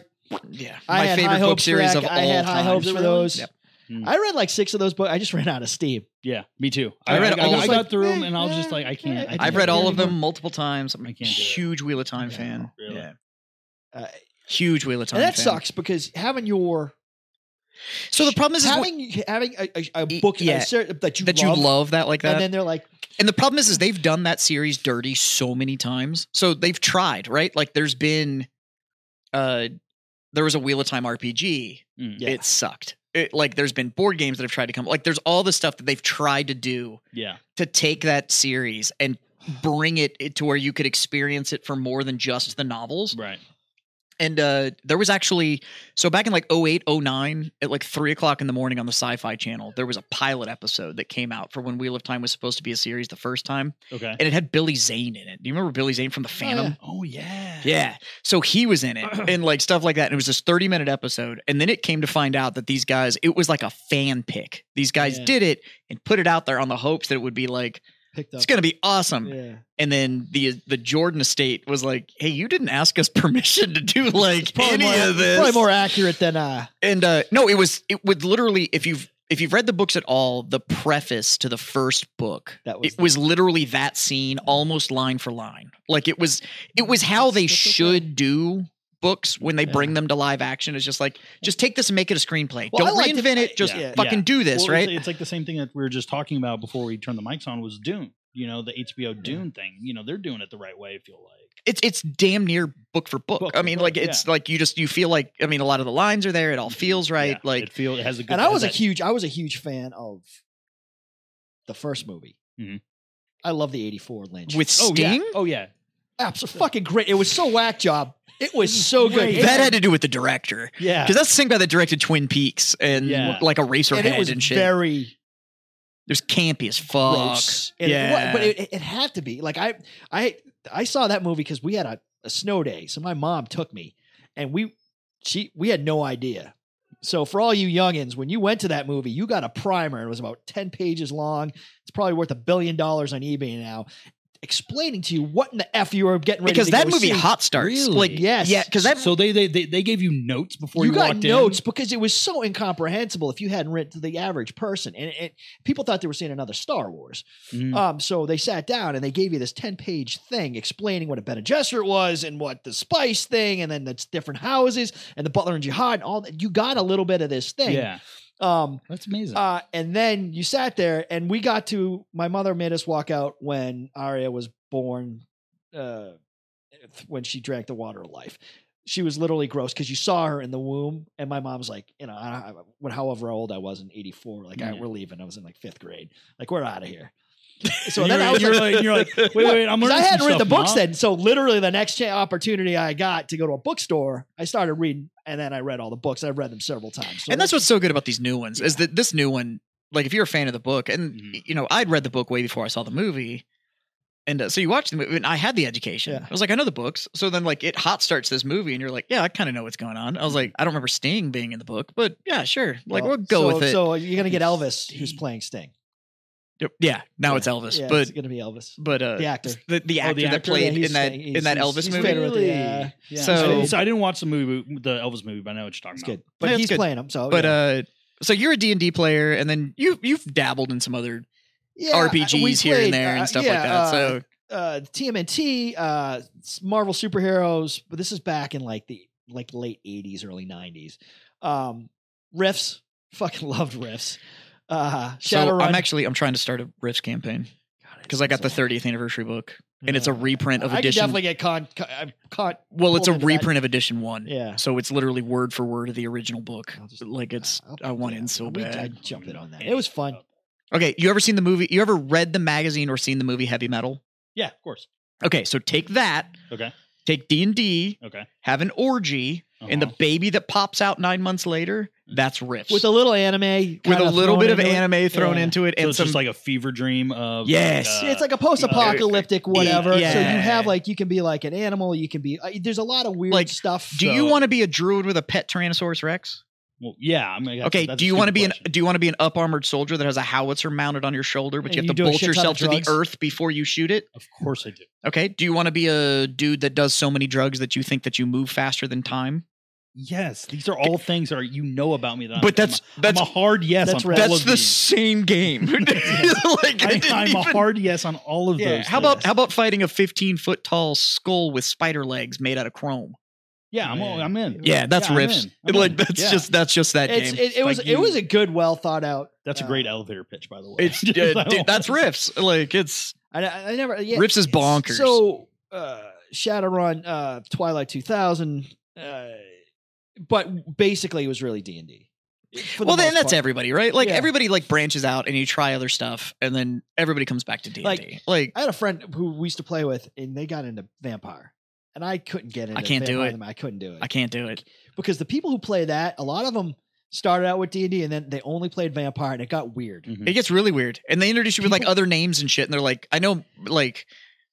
Speaker 1: Yeah,
Speaker 2: I
Speaker 1: my
Speaker 2: had high
Speaker 1: favorite book
Speaker 2: hopes for
Speaker 1: series
Speaker 2: that.
Speaker 1: of all
Speaker 2: I had high
Speaker 1: time.
Speaker 2: hopes for those.
Speaker 1: Yep.
Speaker 3: Mm.
Speaker 2: I read like six of those books. I just ran out of steam.
Speaker 3: Yeah, me too.
Speaker 1: I read all-
Speaker 3: I,
Speaker 1: I was
Speaker 3: got
Speaker 2: like,
Speaker 3: through
Speaker 2: eh,
Speaker 3: them, and I was just
Speaker 2: yeah,
Speaker 3: like, I can't.
Speaker 2: yeah,
Speaker 3: I
Speaker 1: I've
Speaker 3: can't
Speaker 1: read
Speaker 3: do
Speaker 1: all
Speaker 3: it
Speaker 1: of them
Speaker 3: anymore.
Speaker 1: multiple times. I'm
Speaker 3: I
Speaker 1: a
Speaker 3: can't do it.
Speaker 1: huge Wheel of Time
Speaker 2: Yeah,
Speaker 1: fan.
Speaker 3: really.
Speaker 1: Yeah,
Speaker 2: Uh,
Speaker 1: huge Wheel of Time.
Speaker 2: and that
Speaker 1: fan.
Speaker 2: sucks because having your
Speaker 1: So the problem is, is when-
Speaker 2: having having a, a, a
Speaker 1: E-
Speaker 2: book a
Speaker 1: yeah,
Speaker 2: ser- that you
Speaker 1: that you
Speaker 2: love,
Speaker 1: love uh, that like that.
Speaker 2: and then they're like,
Speaker 1: And the problem is, is they've done that series dirty so many times. So they've tried, right? Like there's been, uh, there was a Wheel of Time RPG.
Speaker 3: Mm.
Speaker 2: Yeah.
Speaker 1: It sucked. It, like there's been board games that have tried to come. Like there's all this stuff that they've tried to do
Speaker 3: Yeah,
Speaker 1: to take that series and bring it it to where you could experience it for more than just the novels.
Speaker 3: right.
Speaker 1: And uh, there was actually, so back in like 08, 09, at like 3 o'clock in the morning on the Sci Fi Channel, there was a pilot episode that came out for when Wheel of Time was supposed to be a series the first time.
Speaker 3: Okay.
Speaker 1: And it had Billy Zane in it. Do you remember Billy Zane from The Phantom?
Speaker 3: Oh yeah.
Speaker 1: Yeah. So he was in it and like stuff like that. And it was this 30 minute episode. And then it came to find out that these guys, it was like a fan pick. These guys
Speaker 2: Yeah.
Speaker 1: did it and put it out there on the hopes that it would be like,
Speaker 2: Picked up.
Speaker 1: it's going to be awesome.
Speaker 2: yeah.
Speaker 1: And then the the Jordan estate was like, hey, you didn't ask us permission to do like any
Speaker 2: more,
Speaker 1: of this.
Speaker 2: probably more accurate than uh
Speaker 1: And uh no, it was it would literally if you've if you've read the books at all, the preface to the first book,
Speaker 2: That was
Speaker 1: it
Speaker 2: the-
Speaker 1: was literally that scene almost line for line. Like it was it was how they
Speaker 2: That's okay.
Speaker 1: should do books when they
Speaker 2: Yeah.
Speaker 1: bring them to live action. It's just like just take this and make it a screenplay.
Speaker 2: Well, I
Speaker 1: Don't
Speaker 2: liked it.
Speaker 1: reinvent it, just
Speaker 2: Yeah. Yeah.
Speaker 1: fucking do this,
Speaker 3: Well, it's-
Speaker 1: right?
Speaker 3: It's, like the same thing that we were just talking about before we turned the mics on was Dune. You know, the HBO Dune thing. You know, they're doing it the right way. I feel like.
Speaker 1: it's it's damn near book for book.
Speaker 3: Book
Speaker 1: I
Speaker 3: for
Speaker 1: mean,
Speaker 3: book,
Speaker 1: like it's like you just you feel like I mean a lot of the lines are there. It all feels right.
Speaker 3: Yeah,
Speaker 1: like
Speaker 3: it feel it has a good.
Speaker 2: and I
Speaker 3: has
Speaker 2: was a
Speaker 3: that-
Speaker 2: huge I was a huge fan of the first movie.
Speaker 3: Mhm.
Speaker 2: I love the '84 Lynch
Speaker 1: Mm-hmm. with
Speaker 3: Oh yeah.
Speaker 1: Sting,
Speaker 3: Oh yeah.
Speaker 2: Absolutely fucking great. It was so whack job. It was so good.
Speaker 3: Great.
Speaker 2: It-
Speaker 1: that had to do with the director.
Speaker 3: Yeah.
Speaker 1: Because that's the same guy that directed Twin Peaks and
Speaker 3: Yeah.
Speaker 1: like Eraserhead
Speaker 2: and
Speaker 1: and,
Speaker 2: it was
Speaker 1: shit.
Speaker 2: very
Speaker 1: it was campy as fuck.
Speaker 2: gross. And it wa-
Speaker 1: yeah,
Speaker 2: but it, it had to be like I I I saw that movie because we had a, a snow day, so my mom took me, and we she we had no idea. So for all you youngins, when you went to that movie, you got a primer. It was about ten pages long. It's probably worth a billion dollars on eBay now, explaining to you what in the f you were getting ready
Speaker 1: because
Speaker 2: to
Speaker 1: that
Speaker 2: go
Speaker 1: movie
Speaker 2: see.
Speaker 1: hot starts
Speaker 3: Really?
Speaker 1: like
Speaker 2: Yes.
Speaker 1: yeah because that
Speaker 3: so they, they they they gave you notes before
Speaker 2: you,
Speaker 3: you,
Speaker 2: got
Speaker 3: walked
Speaker 2: notes
Speaker 3: in.
Speaker 2: because it was so incomprehensible if you hadn't read to the average person, and it, it, people thought they were seeing another Star Wars.
Speaker 3: Mm.
Speaker 2: Um, so they sat down and they gave you this 10 page thing explaining what a Bene Gesserit was and what the spice thing, and then that's different houses and the butler and jihad and all that. You got a little bit of this thing.
Speaker 3: yeah,
Speaker 2: Um,
Speaker 3: that's amazing.
Speaker 2: uh, and then you sat there and we got to, my mother made us walk out when Arya was born, uh, when she drank the water of life. She was literally gross because you saw her in the womb, and my mom's like, you know, I, I, when however old I was in '84, like I,
Speaker 3: Yeah.
Speaker 2: we're leaving. I was in like fifth grade. Like we're out of here. So
Speaker 3: And
Speaker 2: then
Speaker 3: you're,
Speaker 2: I was
Speaker 3: you're
Speaker 2: like,
Speaker 3: like, you're like, wait, wait, I'm
Speaker 2: 'Cause I
Speaker 3: learning. some
Speaker 2: hadn't read
Speaker 3: stuff,
Speaker 2: the books
Speaker 3: Mom.
Speaker 2: then. So literally the next cha- opportunity I got to go to a bookstore, I started reading and then I read all the books. I've read them several times. So
Speaker 1: and that's what's so good about these new ones is that this new one like if you're a fan of the book and
Speaker 2: Mm-hmm.
Speaker 3: Mhm.
Speaker 1: you know I'd read the book way before I saw the movie. And uh, so you watch the movie, and I had the education.
Speaker 2: Yeah.
Speaker 1: I was like, I know the books. So then, like, it hot starts this movie, and you're like, yeah, I kind of know what's going on. I was like, I don't remember Sting being in the book, but yeah, sure. Like,
Speaker 2: Mm-hmm. Well,
Speaker 1: we'll go
Speaker 2: so-
Speaker 1: with it.
Speaker 2: So you're going to get Elvis, who's
Speaker 3: Sting.
Speaker 2: playing Sting.
Speaker 1: Yep. yeah, now it's Elvis,
Speaker 2: Yeah,
Speaker 1: but
Speaker 2: it's going to be Elvis.
Speaker 1: but uh,
Speaker 2: The actor.
Speaker 1: the, the
Speaker 3: Oh,
Speaker 1: actor
Speaker 3: the
Speaker 1: that
Speaker 3: actor?
Speaker 1: played
Speaker 2: Yeah,
Speaker 1: in that
Speaker 2: he's-
Speaker 1: in that
Speaker 2: he's-
Speaker 1: Elvis
Speaker 2: he's
Speaker 1: movie.
Speaker 2: better with the,
Speaker 3: Really?
Speaker 2: uh, yeah.
Speaker 1: So-
Speaker 3: I didn't, so I didn't watch the movie, the Elvis movie, but I know what you're talking
Speaker 2: it's
Speaker 3: about.
Speaker 2: good. But
Speaker 1: it's
Speaker 2: he's
Speaker 1: good.
Speaker 2: playing him. So,
Speaker 1: But
Speaker 2: yeah.
Speaker 1: uh, so you're a D and D player, and then you you've dabbled in some other
Speaker 2: Yeah, I- we
Speaker 1: RPGs here
Speaker 2: played,
Speaker 1: and there
Speaker 2: uh,
Speaker 1: and stuff
Speaker 2: yeah,
Speaker 1: like that.
Speaker 2: uh,
Speaker 1: so
Speaker 2: uh TMNT, uh s- Marvel superheroes, but this is back in like the like late 80s, early 90s. Um Riffs, fucking loved Riffs. Uh
Speaker 1: so
Speaker 2: Shadowrun.
Speaker 1: I'm actually I'm trying to start a Rifts campaign because I got the 30th anniversary book, and it's a
Speaker 2: Yeah.
Speaker 1: reprint of
Speaker 2: I could
Speaker 1: edition.
Speaker 2: definitely get con, con, I'm con
Speaker 1: well, it's a
Speaker 2: pulled into that.
Speaker 1: reprint of edition one.
Speaker 2: Yeah.
Speaker 1: So it's literally word for word of the original book.
Speaker 2: I'll just-
Speaker 1: Like it's
Speaker 2: I'll-
Speaker 1: I want
Speaker 2: yeah,
Speaker 1: in so
Speaker 2: we- I
Speaker 1: bad. Oh,
Speaker 2: jumped in on that. It was fun.
Speaker 1: Okay, you ever seen the movie? You ever read the magazine or seen the movie Heavy Metal?
Speaker 3: Yeah, of course.
Speaker 1: Okay, so take that,
Speaker 3: Okay.
Speaker 1: take D and D,
Speaker 3: Okay.
Speaker 1: have an orgy, and the
Speaker 3: Uh-huh.
Speaker 1: baby that pops out nine months later, that's Rifts.
Speaker 2: Mm. With a little anime.
Speaker 1: With
Speaker 2: kinda
Speaker 1: a little
Speaker 2: thrown
Speaker 1: bit of
Speaker 2: into it.
Speaker 1: anime thrown
Speaker 2: Yeah.
Speaker 1: into it
Speaker 3: so
Speaker 1: and
Speaker 3: it's
Speaker 1: some
Speaker 3: just like a fever dream of uh,
Speaker 1: Yes.
Speaker 2: Yeah, it's like a post-apocalyptic whatever. So you
Speaker 1: Uh, yeah.
Speaker 2: have like you can be like an animal, you can be uh, there's a lot of weird
Speaker 1: Like,
Speaker 2: stuff.
Speaker 1: do you
Speaker 3: so-
Speaker 1: want to be a druid with a pet Tyrannosaurus Rex?
Speaker 3: well, yeah. I'm gonna,
Speaker 1: Okay.
Speaker 3: that's
Speaker 1: Do
Speaker 3: a
Speaker 1: you want to
Speaker 3: stupid
Speaker 1: be an
Speaker 3: question.
Speaker 1: Do you want to be an up armored soldier that has a howitzer mounted on your shoulder, but
Speaker 2: And
Speaker 1: you have
Speaker 2: you
Speaker 1: to
Speaker 2: do a
Speaker 1: bolt
Speaker 2: shit ton of
Speaker 1: yourself to the
Speaker 2: drugs?
Speaker 1: earth before you shoot it?
Speaker 3: Of course I do.
Speaker 1: Okay. Do you want to be a dude that does so many drugs that you think that you move faster than time?
Speaker 3: Yes, these are all things that are, you know about me. That I'm-
Speaker 1: But that's
Speaker 3: Uh, I'm a-
Speaker 1: that's
Speaker 3: I'm a hard yes.
Speaker 2: that's
Speaker 3: on
Speaker 2: right.
Speaker 3: all
Speaker 1: that's
Speaker 3: of
Speaker 1: the
Speaker 3: these.
Speaker 1: same game. like I, didn't
Speaker 3: I, I'm
Speaker 1: even,
Speaker 3: a hard yes on all of
Speaker 1: Yeah,
Speaker 3: those.
Speaker 1: How about
Speaker 3: things.
Speaker 1: how about fighting a 15 foot tall skull with spider legs made out of chrome?
Speaker 3: Yeah, I'm all, I'm in.
Speaker 1: Yeah, that's
Speaker 3: I'm
Speaker 1: riffs.
Speaker 3: in. I'm
Speaker 1: like
Speaker 3: in.
Speaker 1: that's
Speaker 3: Yeah.
Speaker 1: just that's just that
Speaker 2: it's,
Speaker 1: game.
Speaker 2: it, it was
Speaker 3: Like
Speaker 2: it
Speaker 3: you-
Speaker 2: was a good, well thought out.
Speaker 3: that's a
Speaker 2: uh,
Speaker 3: great elevator pitch, by the way.
Speaker 1: It's
Speaker 3: Just
Speaker 1: yeah,
Speaker 3: like-
Speaker 1: dude, that's riffs. Like it's
Speaker 2: I, I never yeah,
Speaker 1: riffs is
Speaker 2: it's-
Speaker 1: bonkers.
Speaker 2: So uh, Shadowrun, uh, Twilight 2000, uh, but basically it was really D and D.
Speaker 1: well, then that's everybody, right? Like
Speaker 2: Yeah.
Speaker 1: everybody like branches out and you try other stuff, and then everybody comes back to D and D.
Speaker 2: Like-
Speaker 1: Like
Speaker 2: I had a friend who we used to play with, and they got into Vampire. and I couldn't get into
Speaker 1: can't do
Speaker 2: Vampire
Speaker 1: it.
Speaker 2: the Ma- I couldn't do it
Speaker 1: I can't do it.
Speaker 2: because the people who play that, a lot of them started out with D and D, and then they only played Vampire, and it got weird.
Speaker 3: Mhm.
Speaker 1: It gets really weird. And they introduce you with like
Speaker 2: People-
Speaker 1: other names and shit. And they're like, I know, like,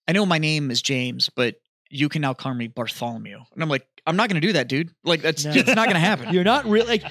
Speaker 1: I know my name is James, but you can now call me Bartholomew. And I'm like, I'm not going to do that, dude. Like, that's
Speaker 2: No.
Speaker 1: it's not going to happen.
Speaker 2: You're not really like,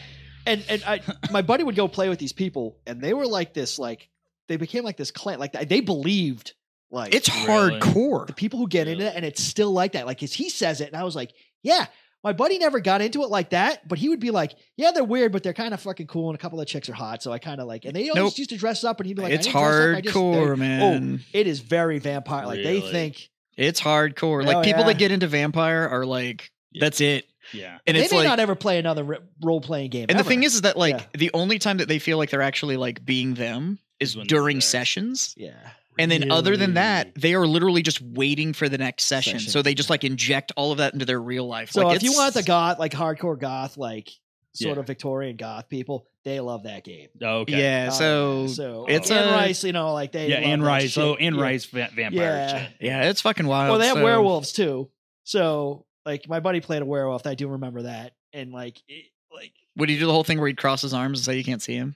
Speaker 2: and and I, my buddy would go play with these people, and they were like this, like they became like this clan, like they believed, like
Speaker 1: It's
Speaker 3: Really?
Speaker 1: hardcore.
Speaker 2: the people who get into it, and it's still like that. Like, as he says it, and I was like, yeah. My buddy never got into it like that, but he would be like, "Yeah, they're weird, but they're kind of fucking cool, and a couple of chicks are hot." So I kind of like, and they always
Speaker 1: Nope.
Speaker 2: used to dress up, and he'd be like, I
Speaker 1: it's
Speaker 2: didn't dress up, I just-
Speaker 1: hardcore,
Speaker 2: oh,
Speaker 1: man.
Speaker 2: it is very vampire. Like they
Speaker 3: Really?
Speaker 2: think
Speaker 1: It's hardcore.
Speaker 2: Oh,
Speaker 1: Like people
Speaker 2: yeah.
Speaker 1: that get into vampire are like,
Speaker 3: Yeah.
Speaker 1: that's it.
Speaker 3: Yeah.
Speaker 1: And
Speaker 2: they
Speaker 1: it's
Speaker 2: may
Speaker 1: like,
Speaker 2: not ever play another role playing game.
Speaker 1: and the
Speaker 2: ever.
Speaker 1: thing is, is that like
Speaker 2: Yeah.
Speaker 1: the only time that they feel like they're actually like being them is
Speaker 3: Is when they're
Speaker 1: during
Speaker 3: there.
Speaker 1: sessions.
Speaker 2: yeah,
Speaker 1: And then other than that,
Speaker 3: Really?
Speaker 1: they are literally just waiting for the next session.
Speaker 2: Session.
Speaker 1: So they just like inject all of that into their real life.
Speaker 2: so
Speaker 1: like,
Speaker 2: if you
Speaker 1: it's-
Speaker 2: want the goth, like hardcore goth, like sort
Speaker 3: Yeah.
Speaker 2: of Victorian goth people, they love that game.
Speaker 3: Oh, okay.
Speaker 1: yeah,
Speaker 2: Uh,
Speaker 1: so,
Speaker 2: so
Speaker 1: it's
Speaker 2: Anne
Speaker 1: a-
Speaker 2: Rice, you know, like they
Speaker 3: Yeah,
Speaker 2: love
Speaker 3: Anne
Speaker 2: that
Speaker 3: Rice.
Speaker 2: shit.
Speaker 3: Oh, Anne
Speaker 2: Yeah.
Speaker 3: Rice va- vampire.
Speaker 2: Yeah.
Speaker 3: shit.
Speaker 1: yeah, it's fucking wild.
Speaker 2: Well, they have
Speaker 1: so-
Speaker 2: werewolves too. So like my buddy played a werewolf. I do remember that, and like it, like
Speaker 1: Would he do the whole thing where he'd cross his arms and say you can't see him?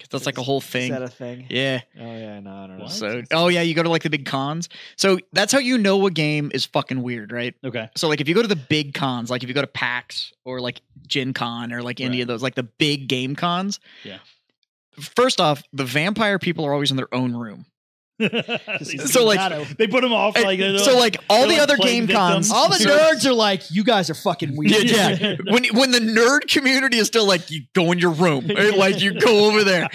Speaker 1: 'Cause that's like a
Speaker 2: Is-
Speaker 1: whole
Speaker 2: is
Speaker 1: thing.
Speaker 2: that a thing?
Speaker 1: yeah.
Speaker 2: Oh yeah, no, I don't know.
Speaker 3: What?
Speaker 1: So, oh yeah, you go to like the big cons. So that's how you know a game is fucking weird, right?
Speaker 3: Okay.
Speaker 1: So like if you go to the big cons, like if you go to PAX or like Gen Con or like any
Speaker 3: Right.
Speaker 1: of those, like the big game cons.
Speaker 3: Yeah.
Speaker 1: First off, the vampire people are always in their own room.
Speaker 2: He's
Speaker 1: So, like,
Speaker 2: not a-
Speaker 3: they put him off
Speaker 1: And
Speaker 3: like
Speaker 1: so like all
Speaker 3: they're
Speaker 1: the
Speaker 3: like
Speaker 1: other
Speaker 3: playing
Speaker 1: game
Speaker 3: victim.
Speaker 1: cons,
Speaker 2: all the
Speaker 1: so-
Speaker 2: nerds are like, you guys are fucking
Speaker 1: Yeah,
Speaker 2: weird.
Speaker 1: yeah. when when the nerd community is still like, you go in your room, right? like you go over there.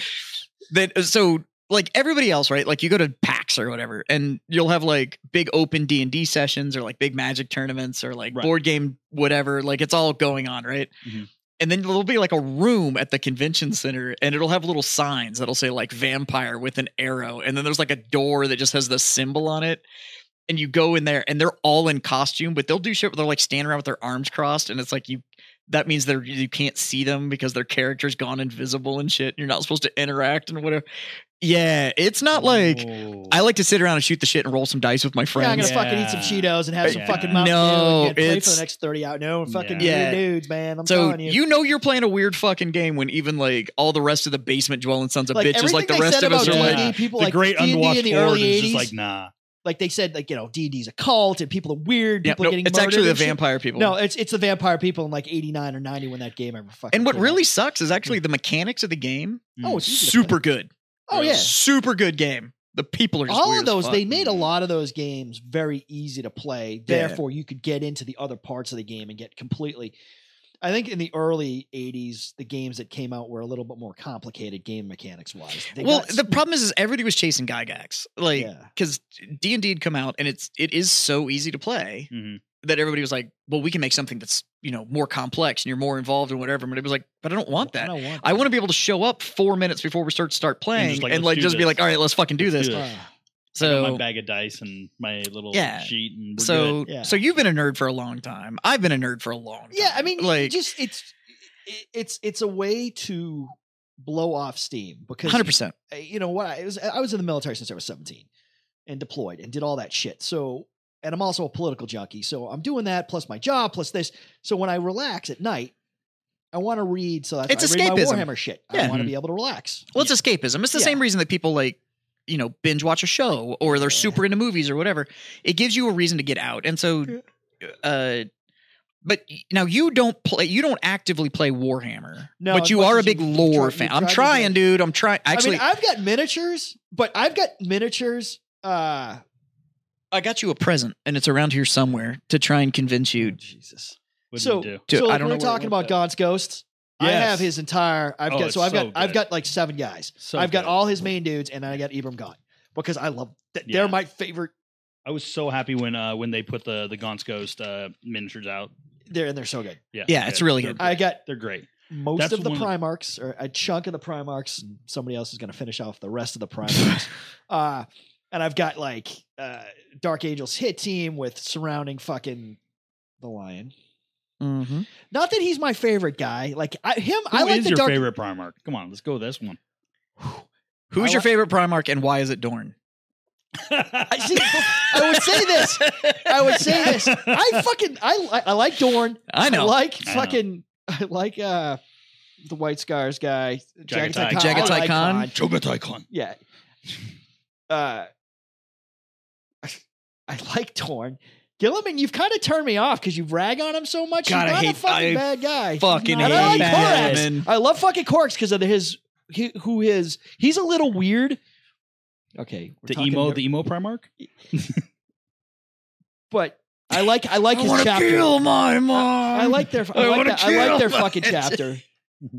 Speaker 1: That so like everybody else, right? Like you go to PAX or whatever, and you'll have like big open D and D sessions or like big Magic tournaments or like
Speaker 3: Right.
Speaker 1: board game whatever. Like it's all going on, right?
Speaker 3: Mhm.
Speaker 1: And then there'll be like a room at the convention center, and it'll have little signs that'll say like vampire with an arrow, and then there's like a door that just has the symbol on it and you go in there and they're all in costume, but they'll do shit where they're like standing around with their arms crossed, and it's like you that means they're you can't see them because their character's gone invisible and shit. You're not supposed to interact and whatever. Yeah, it's not like I like to sit around and shoot the shit and roll some dice with my
Speaker 2: Yeah, I'm
Speaker 1: friends.
Speaker 2: gonna
Speaker 3: Yeah.
Speaker 2: fucking eat some Cheetos and have some
Speaker 3: Yeah.
Speaker 2: fucking Mountain
Speaker 1: No,
Speaker 2: Dew and get play for
Speaker 1: it's-
Speaker 2: the next thirty hours. No, fucking
Speaker 1: Yeah.
Speaker 2: yeah. dudes, man. I'm
Speaker 1: so
Speaker 2: telling you.
Speaker 1: you. know you're playing a weird fucking game when even like all the rest of the basement dwelling sons of bitches
Speaker 2: everything
Speaker 1: like the
Speaker 2: they
Speaker 1: rest
Speaker 2: said
Speaker 1: of us are
Speaker 2: about
Speaker 1: like
Speaker 2: D&D, people
Speaker 3: the
Speaker 2: like
Speaker 3: great
Speaker 2: D&D
Speaker 3: unwashed
Speaker 2: in the
Speaker 3: horde
Speaker 2: early
Speaker 3: is
Speaker 2: '80s,
Speaker 3: just like
Speaker 2: like,
Speaker 3: nah.
Speaker 2: they said, like you know, D&D's a cult and people are weird.
Speaker 1: yeah,
Speaker 2: People
Speaker 1: no,
Speaker 2: are getting
Speaker 1: it's actually
Speaker 2: murdered
Speaker 1: the
Speaker 2: and shit.
Speaker 1: vampire people.
Speaker 2: No, it's it's the vampire people in like '89 or '90 when that game ever fucking.
Speaker 1: and what
Speaker 2: came out.
Speaker 1: really sucks is actually the mechanics of the game
Speaker 3: Mm-hmm.
Speaker 2: oh, it's easy to
Speaker 1: super
Speaker 2: play.
Speaker 1: good.
Speaker 2: Oh yeah,
Speaker 1: Super good game. The people are just
Speaker 2: all
Speaker 1: weird
Speaker 2: of
Speaker 1: as
Speaker 2: those
Speaker 1: fuck.
Speaker 2: they made a lot of those games very easy to play therefore you could get into the other parts of the game and get completely i think in the early 80s the games that came out were a little bit more complicated game mechanics wise
Speaker 1: well, the problem is, is everybody was chasing Gygax, like
Speaker 2: yeah
Speaker 1: because D and D had come out, and it's it is so easy to play
Speaker 3: Mhm.
Speaker 1: that everybody was like, "Well, we can make something that's you know more complex and you're more involved and whatever." But it was like, "But I don't want that.
Speaker 2: don't want
Speaker 1: I want to be able to show up four minutes before we start start playing and
Speaker 3: just
Speaker 1: like,
Speaker 3: like,
Speaker 1: just,
Speaker 3: "Let's do
Speaker 1: be
Speaker 3: this.
Speaker 1: like, all right, let's fucking do
Speaker 3: Let's
Speaker 1: this."
Speaker 2: Uh,
Speaker 3: do it. I got my
Speaker 1: So
Speaker 3: bag of dice and my little
Speaker 1: Yeah.
Speaker 3: sheet and we're
Speaker 1: so
Speaker 3: good.
Speaker 2: Yeah.
Speaker 1: so you've been a nerd for a long time. I've been a nerd for a long. time.
Speaker 2: yeah i mean
Speaker 1: like
Speaker 2: like just it's it- it's it's a way to blow off steam because
Speaker 1: hundred percent.
Speaker 2: uh, you know what I was I was in the military since I was 17 and deployed and did all that shit. So and I'm also a political junkie. So I'm doing that plus my job plus this. So when I relax at night, I want to read. So that's
Speaker 1: It's
Speaker 2: why I read
Speaker 1: escapism.
Speaker 2: my Warhammer shit.
Speaker 1: Yeah. Mm-hmm.
Speaker 2: I want to be able to relax.
Speaker 1: Well, it's escapism. It's the
Speaker 2: Yeah.
Speaker 1: same reason that people like, you know, binge watch a show or they're
Speaker 2: Yeah.
Speaker 1: super into movies or whatever. It gives you a reason to get out. And so, uh, but y- now you don't play, you don't actively play Warhammer.
Speaker 2: No,
Speaker 1: but
Speaker 2: as
Speaker 1: you
Speaker 2: much
Speaker 1: are a
Speaker 2: as you-
Speaker 1: big
Speaker 2: you
Speaker 1: lore
Speaker 2: try- you
Speaker 1: fan. I'm
Speaker 2: try to
Speaker 1: trying,
Speaker 2: do-
Speaker 1: dude. I'm trying. Actually,
Speaker 2: I mean,
Speaker 1: I,
Speaker 2: I've got miniatures, but I've got miniatures. Uh,
Speaker 1: got you a present and it's around here somewhere to try and convince you.
Speaker 2: Jesus.
Speaker 3: What do
Speaker 2: So-
Speaker 3: you do?
Speaker 1: To,
Speaker 2: so
Speaker 1: I don't
Speaker 2: if we're
Speaker 1: know where it
Speaker 2: talking about
Speaker 1: went.
Speaker 2: God's ghosts. I
Speaker 3: Yes.
Speaker 2: have his entire. I've
Speaker 3: Oh,
Speaker 2: got
Speaker 3: it's
Speaker 2: so I've
Speaker 3: so
Speaker 2: got I've
Speaker 3: good.
Speaker 2: got like seven guys.
Speaker 3: So
Speaker 2: I've got
Speaker 3: good.
Speaker 2: all his main dudes, and I got Ibram Gaunt because I love. th-
Speaker 3: Yeah.
Speaker 2: They're my favorite.
Speaker 3: I was so happy when uh when they put the the Gaunt's Ghost uh miniatures out.
Speaker 2: They're and they're so good.
Speaker 3: Yeah.
Speaker 1: Yeah, it's really good.
Speaker 2: I
Speaker 3: I
Speaker 2: got
Speaker 3: they're great.
Speaker 2: most
Speaker 3: That's
Speaker 2: of the
Speaker 3: one of the-
Speaker 2: Primarchs, or a chunk of the Primarchs, and somebody else is going to finish off the rest of the Primarchs. uh, and I've got like uh, Dark Angel's hit team with surrounding fucking the Lion.
Speaker 1: Mhm.
Speaker 2: Not that he's my favorite guy. Like I, him,
Speaker 3: Who
Speaker 2: I like
Speaker 3: is
Speaker 2: the
Speaker 3: your
Speaker 2: Dark.
Speaker 3: favorite Primarch? Come on, let's go with this one.
Speaker 1: Who's
Speaker 2: I
Speaker 1: your
Speaker 2: like-
Speaker 1: favorite Primarch and why is it Dorn?
Speaker 2: I see. I would say this. I would say this. I fucking I li- I like Dorn.
Speaker 1: I know.
Speaker 2: like
Speaker 3: I know.
Speaker 2: fucking. I like uh the White Scars guy.
Speaker 3: Jagatai.
Speaker 2: Khan.
Speaker 1: Jagatai
Speaker 2: I like
Speaker 1: Khan.
Speaker 2: Khan.
Speaker 3: Jogat icon.
Speaker 2: Yeah. Uh, I like Dorn. Gilliman, you've kind of turned me off because you rag on him so much.
Speaker 1: God, I
Speaker 2: He's not a
Speaker 1: hate-
Speaker 2: fucking
Speaker 1: I
Speaker 2: bad guy.
Speaker 1: fucking
Speaker 2: And
Speaker 3: And
Speaker 1: hate
Speaker 2: I like
Speaker 1: Batman.
Speaker 2: Korax. I love fucking Corks because of his he, who is he's a little weird. Okay, we're
Speaker 3: The
Speaker 2: talking
Speaker 3: emo,
Speaker 2: here-
Speaker 3: the emo Primarch.
Speaker 2: but I like I like his
Speaker 1: wanna
Speaker 2: chapter.
Speaker 1: my mom.
Speaker 2: I like their I,
Speaker 1: I
Speaker 2: like,
Speaker 1: wanna
Speaker 2: that, I like
Speaker 1: kill
Speaker 2: their
Speaker 1: my-
Speaker 2: fucking chapter.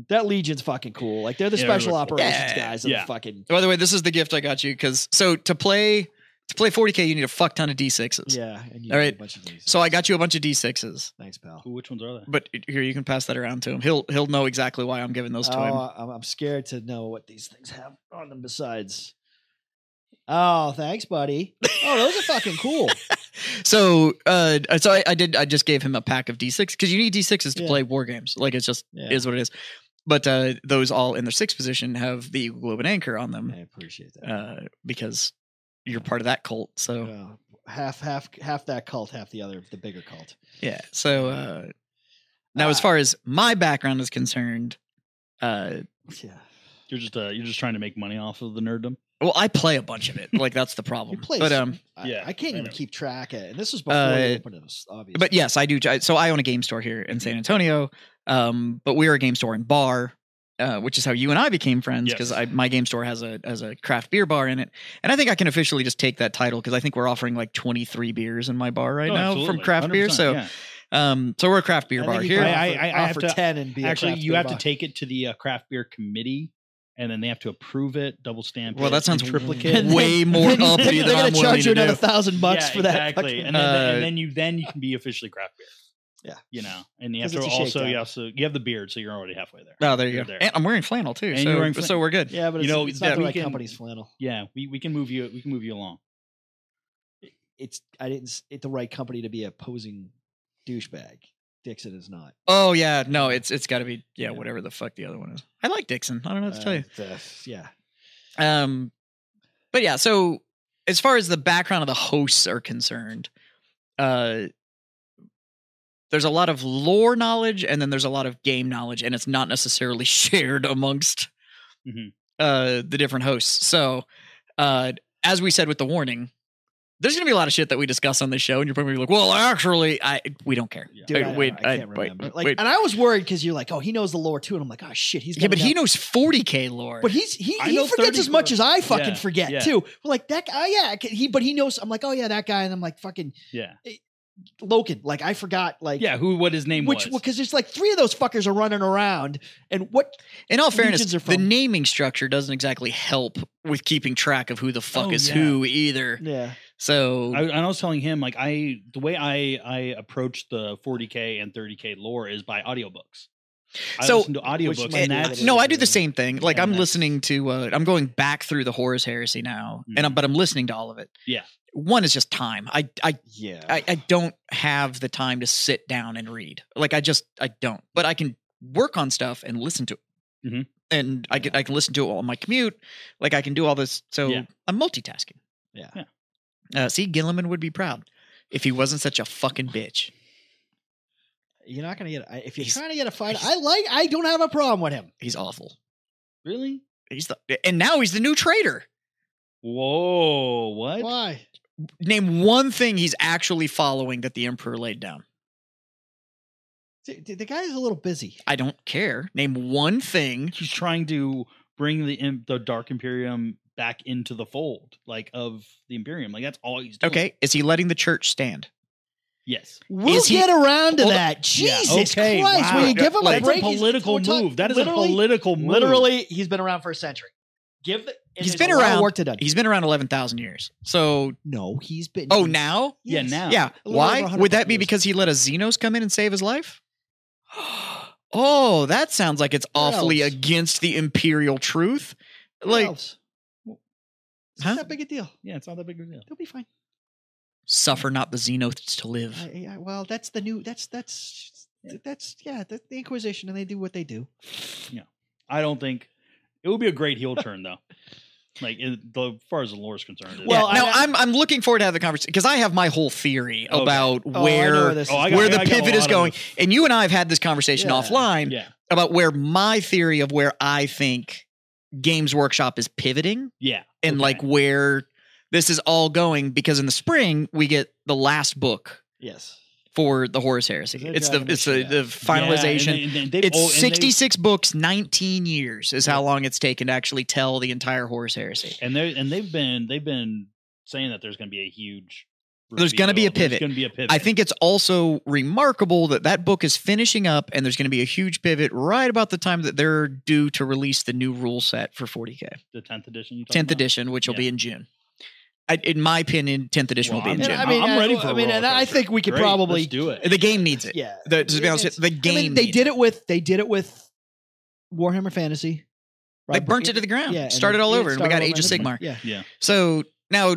Speaker 2: That Legion's fucking cool. Like they're the
Speaker 3: Yeah,
Speaker 2: special
Speaker 3: they're cool.
Speaker 2: operations
Speaker 1: Yeah,
Speaker 2: guys of
Speaker 3: yeah.
Speaker 2: the fucking
Speaker 1: By the way, this is the gift I got you because so to play to play 40k, you need a fuck ton of d6s.
Speaker 2: yeah. And you
Speaker 1: All
Speaker 2: do
Speaker 1: right.
Speaker 2: a bunch of these.
Speaker 1: So I got you a bunch of d6s,
Speaker 2: Thanks, pal.
Speaker 3: Ooh, Which ones are they?
Speaker 1: but here you can pass that around to him. He'll he'll know exactly why I'm giving those to him.
Speaker 2: Oh, I'm, I'm scared to know what these things have on them besides. Oh, thanks, buddy. Oh, those are fucking cool.
Speaker 1: So, uh, so I, I did. I just gave him a pack of D6 because you need D6s to
Speaker 2: Yeah.
Speaker 1: play war games. Like it's just
Speaker 2: Yeah,
Speaker 1: is what it is. But uh, those all in their sixth position have the Eagle Globe and Anchor on
Speaker 2: I
Speaker 1: them
Speaker 2: appreciate that.
Speaker 1: uh, because you're part of that cult. So
Speaker 2: Well, Oh, half, half, half that cult, half the other, the bigger cult.
Speaker 1: yeah. So uh, now, as
Speaker 2: Ah.
Speaker 1: far as my background is concerned, uh,
Speaker 2: Yeah,
Speaker 3: You're just uh, you're just trying to make money off of the nerddom.
Speaker 1: well, I play a bunch of it. Like that's the problem.
Speaker 2: You play
Speaker 1: but
Speaker 2: some-
Speaker 1: um,
Speaker 2: I,
Speaker 3: Yeah,
Speaker 2: I can't
Speaker 3: I
Speaker 2: even
Speaker 3: know.
Speaker 2: keep track of. And this was before
Speaker 1: Uh,
Speaker 2: they opened us, obviously.
Speaker 1: but yes, I do. So I own a game store here in San Antonio. Um, but we are a game store and bar, uh, which is how you and I became friends
Speaker 3: Yes.
Speaker 1: because I my game store has a has a craft beer bar in it, and I think I can officially just take that title because I think we're offering like twenty three beers in my bar right
Speaker 3: Oh,
Speaker 1: now
Speaker 3: absolutely.
Speaker 1: from craft beer.
Speaker 3: 100%,
Speaker 1: So
Speaker 3: yeah.
Speaker 1: um, so we're a craft
Speaker 2: I
Speaker 1: beer
Speaker 2: think
Speaker 1: bar
Speaker 2: you
Speaker 1: here.
Speaker 2: can
Speaker 3: I-
Speaker 2: offer-
Speaker 3: I- I have
Speaker 2: offer
Speaker 3: to-
Speaker 2: ten and be a
Speaker 3: actually,
Speaker 2: craft
Speaker 3: you
Speaker 2: beer
Speaker 3: have
Speaker 2: bar.
Speaker 3: to take it to the uh, craft beer committee, and then they have to approve it, double stamp.
Speaker 1: Well,
Speaker 3: it,
Speaker 1: that sounds
Speaker 3: and
Speaker 2: And
Speaker 3: triplicate.
Speaker 2: then-
Speaker 1: way more
Speaker 2: They're gonna-
Speaker 1: uppity
Speaker 2: They're
Speaker 1: than
Speaker 2: gonna
Speaker 1: I'm willing
Speaker 2: charge you
Speaker 1: to
Speaker 2: another
Speaker 1: do.
Speaker 2: thousand bucks
Speaker 3: Yeah,
Speaker 2: for that.
Speaker 3: exactly.
Speaker 2: fucking-
Speaker 3: And then,
Speaker 1: Uh,
Speaker 3: and then you then you can be officially craft beer.
Speaker 2: Yeah.
Speaker 3: you know, and you
Speaker 2: 'Cause
Speaker 3: have to
Speaker 2: it's a
Speaker 3: also
Speaker 2: shakedown.
Speaker 3: you also you have the beard, so you're already halfway there.
Speaker 1: Oh, there you
Speaker 3: You're
Speaker 1: go.
Speaker 3: there.
Speaker 1: And I'm wearing flannel too,
Speaker 3: And
Speaker 1: so
Speaker 3: you're wearing fla-
Speaker 1: so we're good.
Speaker 2: yeah, but
Speaker 3: You
Speaker 2: it's,
Speaker 3: know,
Speaker 2: it's not
Speaker 3: yeah,
Speaker 2: the
Speaker 3: we
Speaker 2: right
Speaker 3: can-
Speaker 2: company's flannel.
Speaker 3: Yeah, we, we can move you we can move you along.
Speaker 2: It's I didn't s- it the right company to be a posing douchebag. Dixon is not.
Speaker 1: Oh yeah, no, it's it's got to be yeah, whatever the fuck the other one is. I like Dixon. I don't know what to tell you.
Speaker 2: Uh, the- yeah,
Speaker 1: Um, but yeah, so as far as the background of the hosts are concerned, uh, there's a lot of lore knowledge, and then there's a lot of game knowledge, and it's not necessarily shared amongst
Speaker 2: Mm-hmm.
Speaker 3: Mhm.
Speaker 1: uh, the different hosts. So, uh, as we said with the warning, there's going to be a lot of shit that we discuss on this show, and you're probably gonna be like, "Well, actually, I we don't care."
Speaker 3: Yeah.
Speaker 2: Dude,
Speaker 1: Uh,
Speaker 2: I,
Speaker 1: wait,
Speaker 2: wait, I,
Speaker 1: I-
Speaker 2: can't
Speaker 1: wait,
Speaker 2: remember. like,
Speaker 1: wait.
Speaker 2: and I was worried because you're like, oh, he knows the lore too, and I'm like, oh shit, he's
Speaker 1: yeah, but
Speaker 2: coming
Speaker 1: he
Speaker 2: down.
Speaker 1: knows 40k lore.
Speaker 2: But he's he,
Speaker 3: I
Speaker 2: he
Speaker 3: know
Speaker 2: forgets
Speaker 3: 30
Speaker 2: as much
Speaker 3: core.
Speaker 2: as I fucking
Speaker 3: Yeah,
Speaker 2: forget
Speaker 3: yeah.
Speaker 2: too. We're like that guy, yeah. I can- He, but he knows. I'm like, oh yeah, that guy, and I'm like, fucking
Speaker 3: Yeah,
Speaker 2: Loken. Like I forgot. Like
Speaker 3: yeah. Who? What his name
Speaker 2: which
Speaker 3: was?
Speaker 2: because there's like three of those fuckers are running around, and what
Speaker 1: In all fairness,
Speaker 2: Legions are
Speaker 1: the
Speaker 2: from-
Speaker 1: naming structure doesn't exactly help with keeping track of who the fuck
Speaker 3: Oh,
Speaker 1: is
Speaker 3: yeah.
Speaker 1: who either.
Speaker 2: yeah.
Speaker 1: So
Speaker 3: I, and I was telling him like I the way I I approach the 40k and 30k lore is by audiobooks. I
Speaker 1: So-
Speaker 3: listen to audiobooks,
Speaker 2: might
Speaker 3: and
Speaker 2: be a
Speaker 3: that's
Speaker 2: little
Speaker 1: no, I do
Speaker 2: Yeah.
Speaker 1: the same thing. Like
Speaker 3: Yeah,
Speaker 1: I'm
Speaker 3: that's-
Speaker 1: listening to, uh, I'm going back through the Horus Heresy now, and I'm, but I'm listening to all of it.
Speaker 3: Mm-hmm. Yeah.
Speaker 1: One is just time. I, I,
Speaker 2: Yeah.
Speaker 1: I, I don't have the time to sit down and read. Like I just, I don't. But I can work on stuff and listen to it,
Speaker 3: Mhm.
Speaker 1: and I can, I can listen to it on my commute. Like I can do all this. So
Speaker 3: Yeah.
Speaker 1: I'm multitasking.
Speaker 2: Yeah.
Speaker 3: Yeah.
Speaker 1: Uh, see, Gilliman would be proud if he wasn't such a fucking bitch.
Speaker 2: you're not gonna get I- if you're
Speaker 1: He's-
Speaker 2: trying to get a fight.
Speaker 1: he's-
Speaker 2: I like. I don't have a problem with him.
Speaker 1: He's awful.
Speaker 3: really
Speaker 1: He's the, and now he's the new traitor.
Speaker 3: whoa. What?
Speaker 2: Why?
Speaker 1: Name one thing he's actually following that the Emperor laid down.
Speaker 2: The, the- the guy is a little busy.
Speaker 1: I don't care. Name one thing.
Speaker 3: He's trying to bring the im- the Dark Imperium back into the fold, like of the Imperium. Like that's all he's doing.
Speaker 1: Okay, is he letting the church stand?
Speaker 3: Yes.
Speaker 2: We'll
Speaker 1: Is he-
Speaker 2: get around to
Speaker 1: Hold on.
Speaker 2: that.
Speaker 3: Yeah,
Speaker 2: Jesus
Speaker 3: okay,
Speaker 2: Christ!
Speaker 3: wow.
Speaker 2: Will you give him
Speaker 1: Like-
Speaker 2: a
Speaker 3: That's a
Speaker 2: break? He's-
Speaker 3: political
Speaker 2: we're talking-
Speaker 3: move. That is a
Speaker 2: literally-
Speaker 3: political move.
Speaker 2: Literally, he's been around for a century. Give the, and
Speaker 1: He's
Speaker 2: there's
Speaker 1: been
Speaker 2: a lot of
Speaker 1: around-
Speaker 2: Work to done.
Speaker 1: He's been around 11,000 years. So,
Speaker 2: no, he's been.
Speaker 1: oh, now?
Speaker 3: Yeah, now.
Speaker 1: Yeah.
Speaker 2: A little over
Speaker 1: Why?
Speaker 2: 100
Speaker 1: Would that be
Speaker 2: years.
Speaker 1: because he let a Xenos come in and save his life? Oh, that sounds like it's
Speaker 2: What
Speaker 1: awfully
Speaker 2: else?
Speaker 1: against the imperial truth. Like,
Speaker 2: it's
Speaker 1: Huh?
Speaker 2: not that big a deal.
Speaker 3: Yeah, it's not that big of a deal.
Speaker 2: They'll be fine.
Speaker 1: suffer not the Xenos to live.
Speaker 2: I, I, well, that's the new. That's that's that's yeah. The, the Inquisition, and they do what they do.
Speaker 3: I don't think it would be a great heel turn though. Like it, the, as far as the lore is concerned. it-
Speaker 1: Well,
Speaker 2: Well, I-
Speaker 1: now I'm I'm looking forward to have the conversation because I have my whole theory
Speaker 3: Okay.
Speaker 1: about
Speaker 2: Oh, I know
Speaker 1: where
Speaker 2: this
Speaker 3: Oh, I
Speaker 2: going.
Speaker 1: where the
Speaker 3: I got a
Speaker 1: pivot is
Speaker 3: lot of
Speaker 1: going.
Speaker 3: this.
Speaker 1: And you and I have had this conversation
Speaker 2: Yeah.
Speaker 1: offline
Speaker 3: yeah,
Speaker 1: about where my theory of where I think Games Workshop is pivoting
Speaker 3: yeah,
Speaker 1: and
Speaker 3: Okay.
Speaker 1: like where this is all going because in the spring we get the last book
Speaker 2: yes.
Speaker 1: for the Horus Heresy.
Speaker 2: They're
Speaker 1: It's the
Speaker 2: driving
Speaker 1: it's
Speaker 2: this
Speaker 1: the,
Speaker 2: shit
Speaker 1: the finalization.
Speaker 3: Yeah, and they- and they-
Speaker 1: it's
Speaker 3: oh, and they-
Speaker 1: 66 books, 19 years is how long it's taken to actually tell the entire Horus Heresy.
Speaker 3: and they and they've been they've been saying that there's going to be a huge.
Speaker 1: There's gonna be a pivot.
Speaker 3: Going to be a pivot.
Speaker 1: I think it's also remarkable that that book is finishing up and there's going to be a huge pivot right about the time that they're due to release the new rule set for 40K.
Speaker 3: the tenth edition. you talking
Speaker 1: 10th
Speaker 3: about?
Speaker 1: edition, which will
Speaker 3: Yeah.
Speaker 1: be in June. I, in my opinion, 10th edition
Speaker 3: Well,
Speaker 1: will be in
Speaker 3: I'm-
Speaker 1: June.
Speaker 2: I mean, I-
Speaker 3: I'm ready for.
Speaker 2: I
Speaker 3: a
Speaker 2: mean,
Speaker 3: roller
Speaker 2: and I
Speaker 3: coaster.
Speaker 2: think we could
Speaker 3: Great,
Speaker 2: probably-
Speaker 3: let's do it.
Speaker 1: the game needs it.
Speaker 2: Yeah.
Speaker 1: The, to be honest,
Speaker 2: It's-
Speaker 1: the
Speaker 2: I
Speaker 1: game
Speaker 2: mean, they
Speaker 1: needs
Speaker 2: did it with they did it with Warhammer Fantasy.
Speaker 1: They burnt it to the ground, started all over, and we got Age of Sigmar.
Speaker 2: Yeah.
Speaker 3: Yeah.
Speaker 1: So now,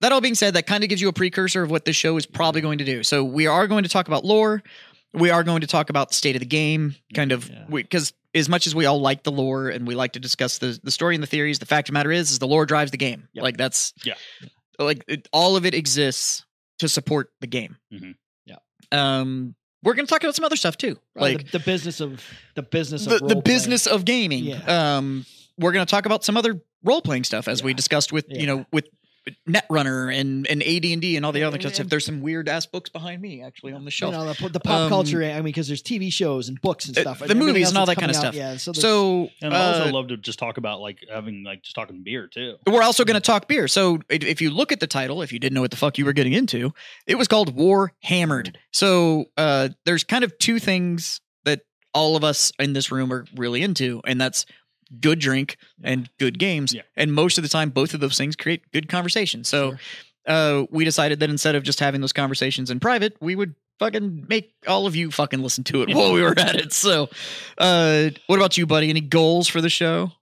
Speaker 1: that all being said, that kind of gives you a precursor of what this show is probably going to do. So we are going to talk about lore. We are going to talk about the state of the game, kind of
Speaker 2: Yeah.
Speaker 1: because as much as we all like the lore and we like to discuss the the story and the theories, the fact of the matter is, is the lore drives the game.
Speaker 2: Yep.
Speaker 1: Like that's
Speaker 3: Yeah.
Speaker 1: like it, all of it exists to support the game.
Speaker 3: Mhm.
Speaker 2: Mm-hmm. Yeah.
Speaker 1: Um, we're going to talk about some other stuff too,
Speaker 2: Like
Speaker 1: like
Speaker 2: the, the business of the business
Speaker 1: the,
Speaker 2: of
Speaker 1: the
Speaker 2: role-playing.
Speaker 1: business of gaming.
Speaker 2: Yeah.
Speaker 1: Um, we're going to talk about some other role playing stuff as we
Speaker 2: Yeah.
Speaker 1: discussed with you
Speaker 2: Yeah.
Speaker 1: know with Netrunner and and AD and D and all the other
Speaker 2: And-
Speaker 1: stuff.
Speaker 2: and-
Speaker 1: There's some weird ass books behind me actually on the
Speaker 2: You
Speaker 1: shelf.
Speaker 2: know, the, the pop
Speaker 1: Um,
Speaker 2: culture. I mean, because there's TV shows and books and
Speaker 1: uh,
Speaker 2: stuff.
Speaker 1: the
Speaker 2: everything
Speaker 1: movies
Speaker 2: else
Speaker 1: and all
Speaker 2: that's
Speaker 1: that kinda
Speaker 2: coming
Speaker 1: stuff.
Speaker 2: out, Yeah. So, there's-
Speaker 1: so
Speaker 3: And I
Speaker 1: uh,
Speaker 3: also love to just talk about like having like just talking beer too.
Speaker 1: We're also going to talk beer. So i- if you look at the title, if you didn't know what the fuck you were getting into, it was called War Hammered. So uh, there's kind of two things that all of us in this room are really into, and that's good drink and good games.
Speaker 3: Yeah.
Speaker 1: And most of the time, both of those things create good conversation. So
Speaker 2: Sure.
Speaker 1: uh, we decided that instead of just having those conversations in private, we would fucking make all of you fucking listen to it while we were at it. So uh, what about you, buddy? Any goals for the show?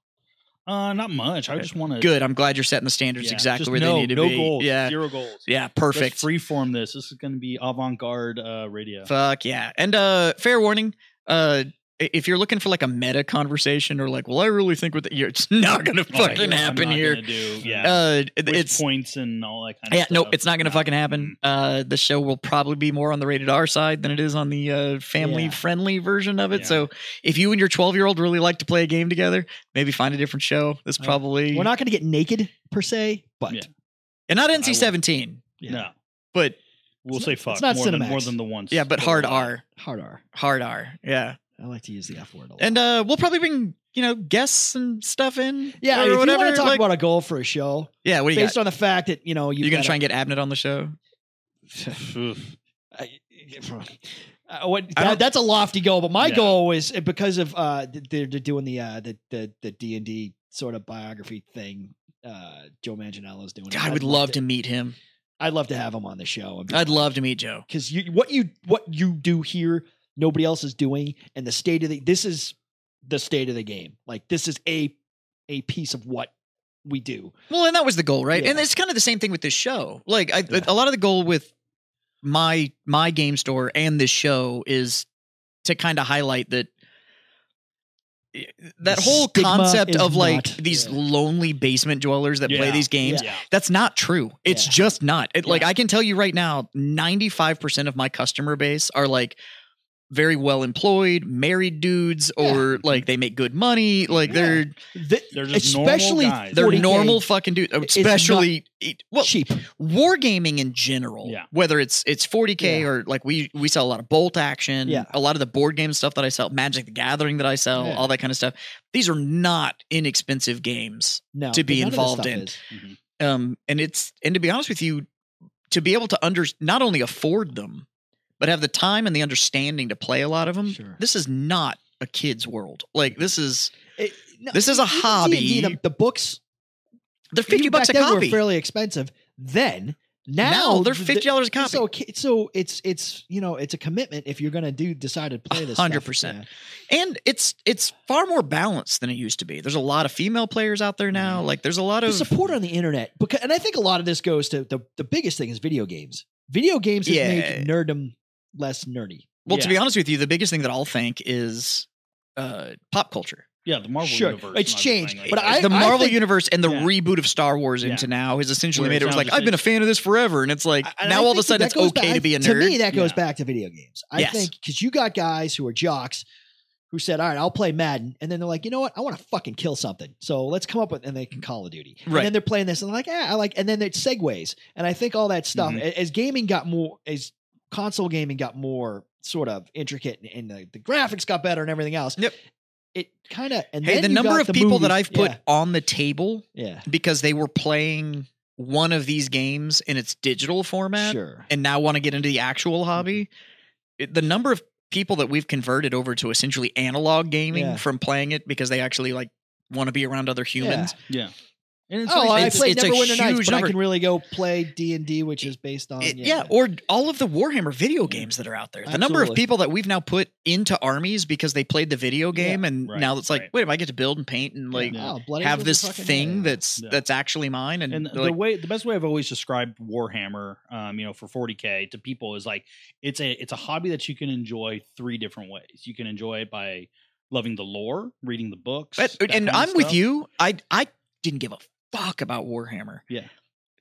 Speaker 3: Uh, not much. I just want to
Speaker 1: Good. I'm glad you're setting the standards exactly where
Speaker 3: no,
Speaker 1: they need to
Speaker 3: no
Speaker 1: be.
Speaker 3: goals,
Speaker 1: Yeah.
Speaker 3: zero goals.
Speaker 1: Yeah.
Speaker 3: Perfect.
Speaker 1: Perfect.
Speaker 3: Let's freeform this. This is going to be avant-garde uh, radio.
Speaker 1: Fuck yeah. And uh fair warning, uh i- if you're looking for like a meta conversation or like, well, I really think with you're it's not gonna
Speaker 3: Oh, yeah,
Speaker 1: fucking
Speaker 3: I'm
Speaker 1: happen
Speaker 3: not
Speaker 1: here.
Speaker 3: gonna do- yeah,
Speaker 1: Uh it-
Speaker 3: With
Speaker 1: it's
Speaker 3: points and all that kind of
Speaker 1: yeah,
Speaker 3: stuff. Mm.
Speaker 1: no, it's not gonna fucking happen. Uh the show will probably be more on the rated R side than it is on the uh family
Speaker 2: Yeah.
Speaker 1: friendly version of it.
Speaker 3: Yeah.
Speaker 1: So if you and your twelve year old really like to play a game together, maybe find a different show. This
Speaker 2: Uh,
Speaker 1: probably
Speaker 2: we're not going to get naked per se, but
Speaker 3: Yeah.
Speaker 1: and not
Speaker 3: I
Speaker 1: NC seventeen,
Speaker 2: yeah.
Speaker 3: No,
Speaker 1: but
Speaker 3: we'll
Speaker 2: It's
Speaker 3: say
Speaker 2: not-
Speaker 3: fuck
Speaker 2: it's not
Speaker 3: more, than,
Speaker 2: Cinemax.
Speaker 3: more than the once.
Speaker 1: yeah, but hard R.
Speaker 2: hard R.
Speaker 1: Hard R. Yeah.
Speaker 2: I like to use the F word a lot.
Speaker 1: And uh we'll probably bring, you know, guests and stuff in.
Speaker 2: yeah,
Speaker 1: or
Speaker 2: and if
Speaker 1: whatever.
Speaker 2: you want to talk
Speaker 1: like-
Speaker 2: about a goal for a show,
Speaker 1: yeah, what do you got?
Speaker 2: based on the fact that you know you
Speaker 1: You're gonna try and get Abnett on the show?
Speaker 3: Oof.
Speaker 2: I, uh, what,
Speaker 1: I don't-
Speaker 2: that, that's a lofty goal, but my
Speaker 3: Yeah.
Speaker 2: goal was uh, because of uh, th- they're, they're doing the uh, the the the D and D sort of biography thing. Uh, Joe Manganiello's doing. it.
Speaker 1: I
Speaker 2: I'd
Speaker 1: would love to Uh, meet him.
Speaker 2: I'd love to have him on the show
Speaker 1: I'd love to meet Joe.
Speaker 2: because you what you what you do here, nobody else is doing, and the state of the this is the state of the game. Like this is a a piece of what we do.
Speaker 1: Well, and that was the goal, right? And
Speaker 2: Yeah.
Speaker 1: it's kind of the same thing with this show. Like I,
Speaker 2: Yeah.
Speaker 1: a lot of the goal with my my game store and this show is to kind of highlight that that
Speaker 2: The
Speaker 1: whole
Speaker 2: stigma
Speaker 1: concept
Speaker 2: is
Speaker 1: of like
Speaker 2: not-
Speaker 1: these
Speaker 2: yeah.
Speaker 1: lonely basement dwellers that play
Speaker 3: Yeah.
Speaker 1: these games.
Speaker 3: Yeah.
Speaker 1: That's not true. It's
Speaker 2: Yeah.
Speaker 1: just not. It, Like
Speaker 2: Yeah.
Speaker 1: I can tell you right now, 95% of my customer base are like very well employed, married dudes, or like they make good money. Like
Speaker 2: Yeah.
Speaker 1: they're
Speaker 2: The-
Speaker 3: They're just normal
Speaker 2: especially
Speaker 3: guys.
Speaker 1: they're
Speaker 2: 40K
Speaker 1: normal fucking dudes.
Speaker 2: It's
Speaker 1: Especially e, well,
Speaker 2: cheap.
Speaker 1: wargaming in general.
Speaker 3: Yeah.
Speaker 1: Whether it's it's 40k
Speaker 2: Yeah.
Speaker 1: or like we we sell a lot of bolt action,
Speaker 2: Yeah.
Speaker 1: a lot of the board game stuff that I sell, Magic the Gathering that I sell,
Speaker 2: Yeah.
Speaker 1: all that kind of stuff. These are not inexpensive games.
Speaker 2: No,
Speaker 1: to be
Speaker 2: none of this
Speaker 1: involved
Speaker 2: stuff
Speaker 1: in.
Speaker 2: is.
Speaker 3: Mhm.
Speaker 1: um and it's and to be honest with you to be able to under not only afford them but have the time and the understanding to play a lot of them
Speaker 2: Sure.
Speaker 1: this is not a kid's world like this is
Speaker 2: It- no,
Speaker 1: This is a
Speaker 2: even
Speaker 1: hobby.
Speaker 2: D&D, The, the books,
Speaker 1: they're 50
Speaker 2: even
Speaker 1: bucks a
Speaker 2: back then
Speaker 1: copy
Speaker 2: were fairly expensive. Then now,
Speaker 1: now, they're
Speaker 2: th-
Speaker 1: 50 dollars a copy
Speaker 2: So ki- so it's it's you know it's a commitment if you're going to do decide to play this. stuff.
Speaker 1: 100%. and it's it's far more balanced than it used to be there's a lot of female players out there
Speaker 2: Mm-hmm.
Speaker 1: now like there's a lot
Speaker 2: Yeah. The
Speaker 1: of
Speaker 2: support on the internet because and I think a lot of this goes to the the biggest thing is video games. Video games has
Speaker 1: Yeah.
Speaker 2: made nerdom less nerdy.
Speaker 1: well to
Speaker 3: Yeah.
Speaker 1: be honest with you the biggest thing that i'll think is uh pop culture
Speaker 3: Yeah, the Marvel
Speaker 2: Sure.
Speaker 3: universe.
Speaker 2: It's
Speaker 3: and everything
Speaker 2: changed,
Speaker 3: like
Speaker 2: but
Speaker 3: that.
Speaker 2: I-
Speaker 1: the Marvel
Speaker 2: think-
Speaker 1: universe and the
Speaker 3: Yeah.
Speaker 1: reboot of Star Wars
Speaker 3: Yeah.
Speaker 1: into now has essentially
Speaker 3: Where
Speaker 1: made it
Speaker 3: it
Speaker 1: was
Speaker 3: sounds
Speaker 1: like I've been a
Speaker 3: just-
Speaker 1: fan of this forever, and it's like
Speaker 2: I- and I
Speaker 1: now all of
Speaker 2: think
Speaker 1: a sudden
Speaker 2: that
Speaker 1: it's
Speaker 2: goes
Speaker 1: okay
Speaker 2: back-
Speaker 1: to be a
Speaker 2: To
Speaker 1: nerd.
Speaker 2: me, that goes
Speaker 3: Yeah.
Speaker 2: back to video games. I
Speaker 1: Yes.
Speaker 2: think because you got guys who are jocks who said, "All right, I'll play Madden," and then they're like, "You know what? I want to fucking kill something." So let's come up with, and they can Call of Duty,
Speaker 1: Right.
Speaker 2: And then they're playing this, and they're like, "Yeah, I like," and then it segues, and I think all that stuff
Speaker 1: Mm-hmm.
Speaker 3: Mhm.
Speaker 2: a- as gaming got more as console gaming got more sort of intricate, and, and the, the graphics got better, and everything else.
Speaker 1: Yep.
Speaker 2: It kind of and
Speaker 1: hey,
Speaker 2: then
Speaker 1: the
Speaker 2: you
Speaker 1: number
Speaker 2: got
Speaker 1: of
Speaker 2: the
Speaker 1: people that
Speaker 2: movies-
Speaker 1: I've put
Speaker 2: yeah,
Speaker 1: on the table
Speaker 2: yeah,
Speaker 1: because they were playing one of these games in its digital format
Speaker 2: sure, Mm-hmm.
Speaker 1: and now want to get into the actual hobby, it, the number of people that we've converted over to essentially analog gaming
Speaker 2: Yeah.
Speaker 1: from playing it because they actually like want to be around other humans.
Speaker 3: yeah. And
Speaker 2: oh, I
Speaker 1: it's-
Speaker 2: played
Speaker 1: it's a
Speaker 2: Neverwinter Nights,
Speaker 1: huge
Speaker 2: but I
Speaker 1: number.
Speaker 2: can really go play D and D, which is based
Speaker 3: Oh,
Speaker 2: on
Speaker 1: It- yeah. or all of the Warhammer video games that are out there. The number of
Speaker 2: Absolutely.
Speaker 1: people that we've now put into armies because they played the video game, and
Speaker 3: right,
Speaker 1: now it's like,
Speaker 3: right.
Speaker 1: wait, I get to build and paint and like
Speaker 3: Yeah.
Speaker 2: Oh, Blood
Speaker 1: have
Speaker 2: Angels is
Speaker 1: this
Speaker 2: fucking-
Speaker 1: thing
Speaker 2: yeah.
Speaker 1: that's
Speaker 3: Yeah.
Speaker 1: that's actually mine. And,
Speaker 3: and
Speaker 1: they're
Speaker 3: the
Speaker 1: like,
Speaker 3: way the best way I've always described Warhammer, um, you know, for 40k to people is like it's a it's a hobby that you can enjoy three different ways. You can enjoy it by loving the lore, reading the books,
Speaker 1: But,
Speaker 3: that kind
Speaker 1: and
Speaker 3: of
Speaker 1: I'm with
Speaker 3: stuff.
Speaker 1: you. I I didn't give a fuck about Warhammer.
Speaker 3: Yeah.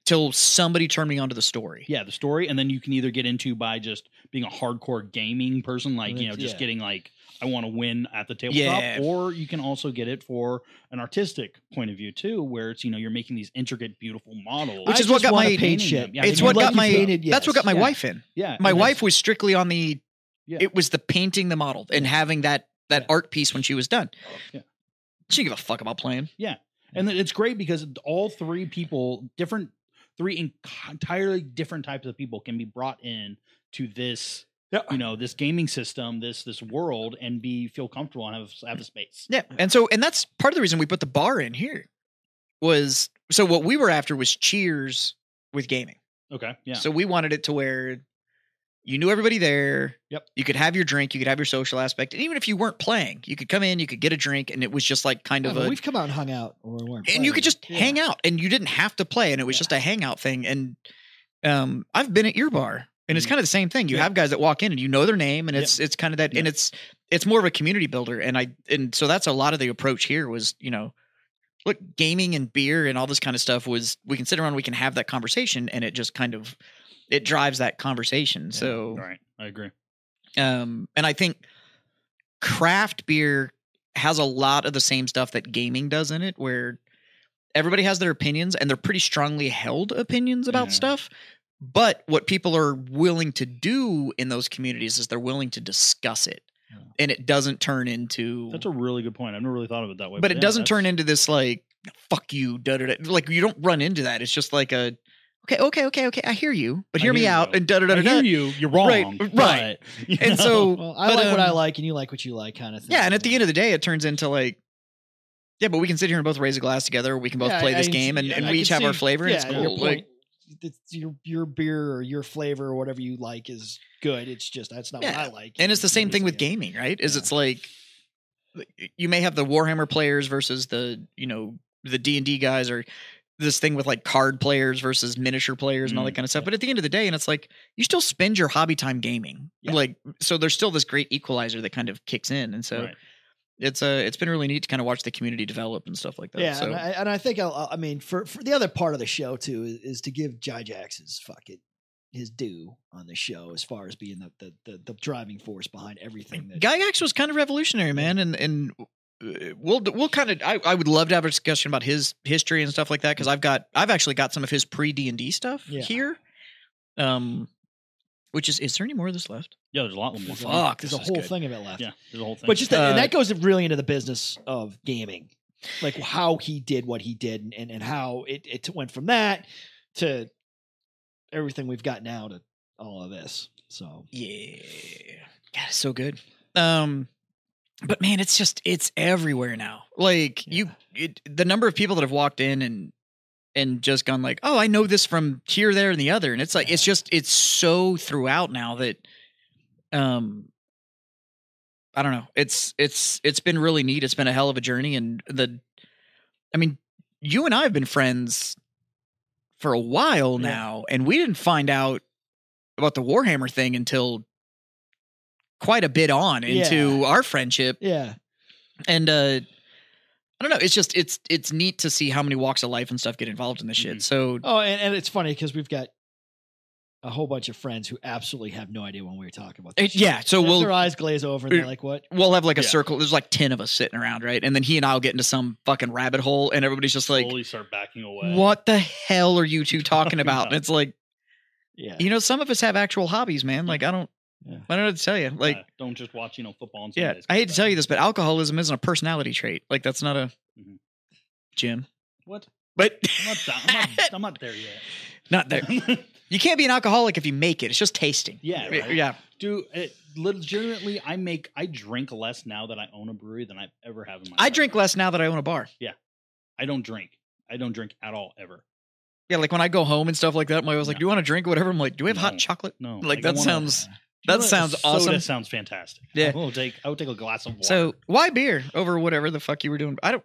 Speaker 1: Till somebody turned me onto the story.
Speaker 3: Yeah, the story, and then you can either get into by just being a hardcore gaming person, like you know, just
Speaker 2: Yeah.
Speaker 3: getting like I want to win at the tabletop,
Speaker 1: Yeah.
Speaker 3: or you can also get it for an artistic point of view too, where it's you know you're making these intricate, beautiful models,
Speaker 1: Which
Speaker 2: I
Speaker 1: is what
Speaker 2: just
Speaker 1: got
Speaker 2: wanna
Speaker 1: my-
Speaker 2: paint
Speaker 3: painting
Speaker 2: shit.
Speaker 3: them. Yeah,
Speaker 1: it's
Speaker 3: they
Speaker 1: what
Speaker 3: look
Speaker 1: got
Speaker 2: you
Speaker 1: my.
Speaker 2: painted,
Speaker 1: That's what got my
Speaker 2: yes.
Speaker 1: wife in.
Speaker 3: yeah.
Speaker 1: My
Speaker 3: and that's-
Speaker 1: wife was strictly on the.
Speaker 3: Yeah.
Speaker 1: It was the painting the model and having that that art piece when she was done.
Speaker 3: Yeah.
Speaker 1: She didn't give a fuck about playing.
Speaker 3: and then it's great because all three people different three en- entirely different types of people can be brought in to this
Speaker 2: Yeah.
Speaker 3: you know this gaming system this this world and be feel comfortable and have have a space
Speaker 1: Yeah. And so and that's part of the reason we put the bar in here was so what we were after was cheers with gaming.
Speaker 3: okay yeah
Speaker 1: So we wanted it to where you knew everybody there.
Speaker 3: Yep.
Speaker 1: You could have your drink, you could have your social aspect, and even if you weren't playing, you could come in, you could get a drink, and it was just like kind
Speaker 2: Yeah,
Speaker 1: of
Speaker 2: but
Speaker 1: a
Speaker 2: we've come out and hung out, or we weren't.
Speaker 1: and you could
Speaker 2: playing.
Speaker 1: just hang out, and you didn't have to play, and it was
Speaker 2: Yeah.
Speaker 1: just a hangout thing. And um, I've been at your bar, and it's
Speaker 3: Mhm.
Speaker 1: kind of the same thing. You
Speaker 3: Yeah.
Speaker 1: have guys that walk in, and you know their name, and
Speaker 3: Yeah.
Speaker 1: it's it's kind of that,
Speaker 3: Yeah.
Speaker 1: and it's it's more of a community builder. And I and so that's a lot of the approach here was you know. Look, gaming and beer and all this kind of stuff was we can sit around, we can have that conversation, and it just kind of it drives that conversation.
Speaker 3: Yeah.
Speaker 1: So
Speaker 3: all right i agree
Speaker 1: um, and I think craft beer has a lot of the same stuff that gaming does in it, where everybody has their opinions and they're pretty strongly held opinions about
Speaker 3: Yeah.
Speaker 1: stuff. But what people are willing to do in those communities is they're willing to discuss it,
Speaker 3: Yeah.
Speaker 1: and it doesn't turn into.
Speaker 3: that's a really good point i've never really thought of it that way
Speaker 1: but it doesn't turn
Speaker 3: in.
Speaker 1: into this like fuck you, da da da. Like you don't run into that. It's just like a okay, okay, okay, okay. I hear you, but
Speaker 3: I
Speaker 1: hear me
Speaker 3: hear you.
Speaker 1: out and da da da da.
Speaker 3: I hear
Speaker 1: da.
Speaker 3: you you're wrong
Speaker 1: Right, right.
Speaker 3: but, you
Speaker 1: And
Speaker 3: know,
Speaker 1: so
Speaker 2: Well, I
Speaker 1: But,
Speaker 2: like what I
Speaker 1: um,
Speaker 2: like, and you like what you like, kind of thing.
Speaker 1: Yeah, and at the end of the day, it turns into like, yeah, but we can sit here and both raise a glass together. We can both
Speaker 2: Yeah,
Speaker 1: play
Speaker 2: I-
Speaker 1: this
Speaker 2: I-
Speaker 1: game, and, and
Speaker 2: I
Speaker 1: we
Speaker 2: can
Speaker 1: each have our
Speaker 2: see-
Speaker 1: flavor. and
Speaker 2: yeah,
Speaker 1: it's
Speaker 2: your,
Speaker 1: cool.
Speaker 2: point.
Speaker 1: Like,
Speaker 2: It's your your beer or your flavor or whatever you like is good. It's just that's not
Speaker 1: Yeah,
Speaker 2: what I like.
Speaker 1: and it's the same thing with
Speaker 2: games.
Speaker 1: gaming, right? Is
Speaker 2: Yeah.
Speaker 1: it's like you may have the Warhammer players versus the you know the D and D guys, or this thing with like card players versus miniature players and all
Speaker 2: Mm,
Speaker 1: that kind of stuff. But at the end of the day, and it's like you still spend your hobby time gaming,
Speaker 2: Yeah.
Speaker 1: like so. There's still this great equalizer that kind of kicks in, and so
Speaker 3: Right.
Speaker 1: it's uh it's been really neat to kind of watch the community develop and stuff like that.
Speaker 2: Yeah,
Speaker 1: so.
Speaker 2: and, I, and I think I'll, I'll- I mean for, for the other part of the show too is, is to give Jai Jackson's fucking his due on the show as far as being the the, the, the driving force behind everything. That,
Speaker 1: Gygax was kind of revolutionary, man, and and uh, we'll we'll kind of I, I would love to have a discussion about his history and stuff like that because I've got I've actually got some of his pre D and D stuff
Speaker 2: Yeah.
Speaker 1: here, um, which is is there any more of this left?
Speaker 3: yeah there's a lot more
Speaker 2: there's a-
Speaker 1: Fuck,
Speaker 2: there's
Speaker 1: this
Speaker 2: a
Speaker 1: is
Speaker 2: whole
Speaker 1: good.
Speaker 2: thing of it left.
Speaker 3: yeah there's a whole thing
Speaker 2: But just that, and
Speaker 1: Uh,
Speaker 2: that goes really into the business of gaming, like how he did what he did, and- and and how it it went from that to everything we've got now to all of this. So
Speaker 1: Yeah, God, it's so good. Um, but man, it's just it's everywhere now. Like you, it, the number of people that have walked in and and just gone like, oh, I know this from here, there, and the other, and it's like it's
Speaker 2: Yeah.
Speaker 1: just it's so throughout now that, um, I don't know. It's it's it's been really neat. It's been a hell of a journey, and the, I mean, you and I have been friends for a while
Speaker 2: Yeah.
Speaker 1: now, and we didn't find out about the Warhammer thing until quite a bit on into our friendship
Speaker 2: yeah,
Speaker 1: and uh I don't know. It's just it's it's neat to see how many walks of life and stuff get involved in this shit.
Speaker 3: Mhm.
Speaker 1: So
Speaker 2: Oh, and, and it's funny because we've got a whole bunch of friends who absolutely have no idea when we were talking about. This
Speaker 1: it-
Speaker 2: shit.
Speaker 1: yeah, so
Speaker 2: Their-
Speaker 1: we'll
Speaker 2: their eyes glaze over and Oh, they're like, "What?"
Speaker 1: we'll have like a
Speaker 3: Yeah.
Speaker 1: circle. There's like ten of us sitting around, right? And then he and I'll get into some fucking rabbit hole, and everybody's just like,
Speaker 3: slowly start backing away.
Speaker 1: "What the hell are you two talking about?" And it's like,
Speaker 2: Yeah,
Speaker 1: you know, some of us have actual hobbies, man. Like I don't,
Speaker 2: Yeah.
Speaker 1: I don't know what to tell you. Like,
Speaker 3: Yeah, don't just watch you know football. On
Speaker 1: yeah,
Speaker 3: Sundays.
Speaker 1: I hate to tell you this, but alcoholism isn't a personality trait. Like that's not a
Speaker 3: Mhm.
Speaker 1: Jim,
Speaker 3: What?
Speaker 1: but
Speaker 3: I'm not, down- I'm not, I'm not there yet.
Speaker 1: not there. You can't be an alcoholic if you make it. It's just tasting.
Speaker 3: yeah,
Speaker 1: Yeah,
Speaker 3: right? Do it, legitimately, I make I drink less now that I own a brewery than I ever have in my.
Speaker 1: I
Speaker 3: life.
Speaker 1: drink less now that I own a bar.
Speaker 3: I don't drink. I don't drink at all ever.
Speaker 1: Yeah, like when I go home and stuff like that, my was like,
Speaker 3: No.
Speaker 1: "Do you want a drink or whatever?" I'm like, "Do we have hot
Speaker 3: No.
Speaker 1: chocolate?"
Speaker 3: No,
Speaker 1: Like,
Speaker 3: I
Speaker 1: that
Speaker 3: wanna-
Speaker 1: sounds-
Speaker 3: You know
Speaker 1: that
Speaker 3: what?
Speaker 1: sounds
Speaker 3: Soda
Speaker 1: awesome.
Speaker 3: sounds fantastic.
Speaker 1: Yeah.
Speaker 3: I will take. I would take a glass of water.
Speaker 1: So why beer over whatever the fuck you were doing? I don't.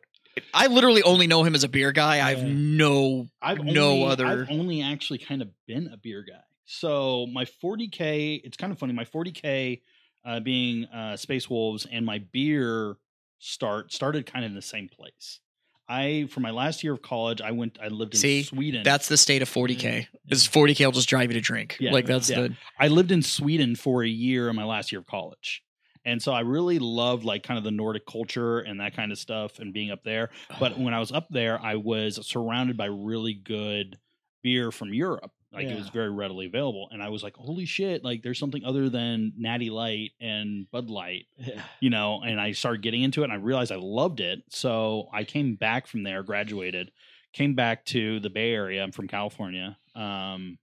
Speaker 1: I literally only know him as a beer guy. I have
Speaker 3: Yeah.
Speaker 1: no.
Speaker 3: I've
Speaker 1: no
Speaker 3: only,
Speaker 1: other-
Speaker 3: I've only actually kind of been a beer guy. So my 40k, it's kind of funny. My 40k uh, being uh, Space Wolves and my beer start started kind of in the same place. I for my last year of college, I went. I lived in
Speaker 1: See,
Speaker 3: Sweden.
Speaker 1: That's the state of 40k. Is 40k will just drive you to drink.
Speaker 3: Mm-hmm. Yeah.
Speaker 1: like that's
Speaker 3: Yeah.
Speaker 1: the.
Speaker 3: I lived in Sweden for a year in my last year of college. And so I really loved like kind of the Nordic culture and that kind of stuff and being up there. But when I was up there, I was surrounded by really good beer from Europe. Like it was
Speaker 2: Yeah.
Speaker 3: very readily available. And I was like, holy shit, like there's something other than Natty Light and Bud Light
Speaker 2: yeah.
Speaker 3: you know, and I started getting into it and I realized I loved it. So I came back from there, graduated, came back to the Bay Area. I'm from California. Um,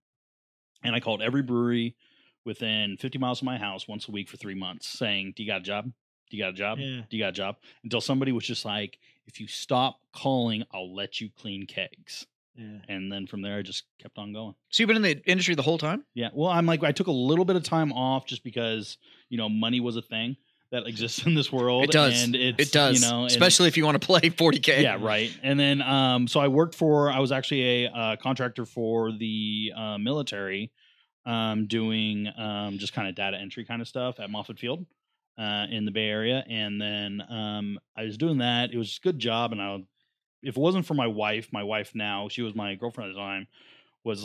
Speaker 3: and I called every brewery within 50 miles of my house once a week for three months saying, Do you got a job? Do you got a job?
Speaker 2: Yeah.
Speaker 3: Do you got a job? Until somebody was just like, If you stop calling, I'll let you clean kegs.
Speaker 2: yeah.
Speaker 3: And then from there, I just kept on going.
Speaker 1: So you've been in the industry the whole time.
Speaker 3: Yeah. Well, I'm like, I took a little bit of time off just because, you know, money was a thing that exists in this world.
Speaker 1: It does.
Speaker 3: And it's,
Speaker 1: It does,
Speaker 3: You know, and-
Speaker 1: especially if you want to play 40k.
Speaker 3: yeah, right. And then, um, so I worked for, I was actually a uh, contractor for the uh, military, um, doing um, just kind of data entry kind of stuff at Moffett Field uh, in the Bay Area. And then um, I was doing that. It was a good job. And I, if it wasn't for my wife, my wife now, she was my girlfriend at the time, was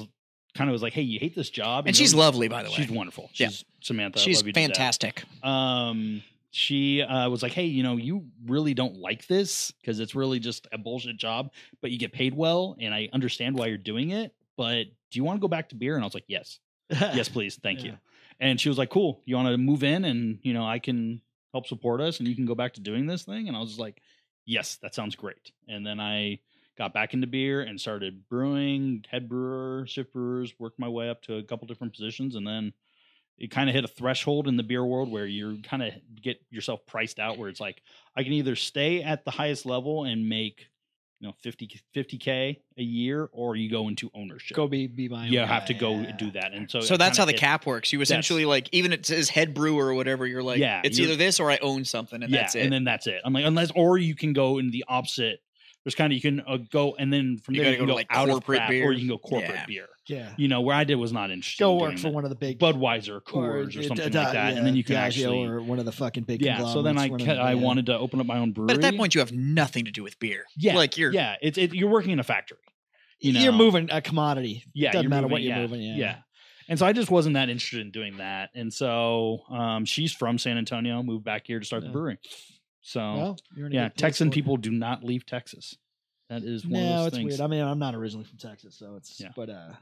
Speaker 3: kind of was like, hey, you hate this job.
Speaker 1: And
Speaker 3: you
Speaker 1: she's
Speaker 3: don't-
Speaker 1: lovely, by the way.
Speaker 3: She's wonderful.
Speaker 1: Yeah.
Speaker 3: She's Samantha. I
Speaker 1: She's
Speaker 3: love you to death
Speaker 1: fantastic.
Speaker 3: um she uh, was like hey you know you really don't like this because it's really just a bullshit job but you get paid well and i understand why you're doing it but do you want to go back to beer and i was like yes yes please thank you
Speaker 2: Yeah.
Speaker 3: and she was like cool you want to move in and you know i can help support us and you can go back to doing this thing and i was just like yes that sounds great and then i got back into beer and started brewing head brewer shift brewers worked my way up to a couple different positions and then it kind of hit a threshold in the beer world where you kind of get yourself priced out where it's like i can either stay at the highest level and make you know 50 50k a year or you go into ownership
Speaker 2: Go be be my.
Speaker 3: you
Speaker 2: own
Speaker 3: have
Speaker 2: guy.
Speaker 3: to go
Speaker 2: Yeah.
Speaker 3: do that and so
Speaker 1: So
Speaker 3: it
Speaker 1: that's
Speaker 3: kinda
Speaker 1: how the
Speaker 3: hit-
Speaker 1: cap works. You essentially like even it says head brewer or whatever. You're like,
Speaker 3: Yeah,
Speaker 1: it's
Speaker 3: you're-
Speaker 1: either this or I own something, and
Speaker 3: yeah,
Speaker 1: that's it.
Speaker 3: And then that's it. I'm like, unless, or you can go in the opposite. There's kind of you can uh, go, and then from
Speaker 1: You
Speaker 3: there you
Speaker 1: gotta
Speaker 3: can
Speaker 1: go to,
Speaker 3: go,
Speaker 1: like,
Speaker 3: out of
Speaker 1: corporate
Speaker 3: crap,
Speaker 1: beer.
Speaker 3: or you can go corporate
Speaker 1: Yeah.
Speaker 3: beer.
Speaker 2: Yeah.
Speaker 3: You know, where I did was not interested.
Speaker 2: Go
Speaker 3: in
Speaker 2: work
Speaker 3: doing
Speaker 2: for
Speaker 3: that.
Speaker 2: one of the big
Speaker 3: Budweiser, Coors, or,
Speaker 2: d-
Speaker 3: something
Speaker 2: d-
Speaker 3: like that,
Speaker 2: yeah,
Speaker 3: and then you can
Speaker 2: Diageo
Speaker 3: actually.
Speaker 2: or one of the fucking big.
Speaker 3: yeah. So then I
Speaker 2: conglomerates, one of
Speaker 3: ca-
Speaker 2: the-
Speaker 3: I
Speaker 2: yeah.
Speaker 3: wanted to open up my own brewery.
Speaker 1: but at that point, you have nothing to do with beer.
Speaker 3: yeah,
Speaker 1: like you're
Speaker 3: yeah, it's it, you're working in a factory. you
Speaker 2: are
Speaker 3: know.
Speaker 2: moving a commodity.
Speaker 3: Yeah,
Speaker 2: Doesn't
Speaker 3: you're
Speaker 2: matter what
Speaker 3: moving-
Speaker 2: you're
Speaker 3: yeah,
Speaker 2: moving. Yeah.
Speaker 3: And so I just wasn't that interested in doing that. And so um, she's from San Antonio, moved back here to start
Speaker 2: Yeah.
Speaker 3: the brewery. So
Speaker 2: Well, you're in a
Speaker 3: yeah,
Speaker 2: good place
Speaker 3: Texan
Speaker 2: for it.
Speaker 3: people do not leave Texas. That is one of
Speaker 2: no,
Speaker 3: those
Speaker 2: it's
Speaker 3: things.
Speaker 2: weird. I mean, I'm not originally from Texas, so it's
Speaker 3: Yeah.
Speaker 2: but uh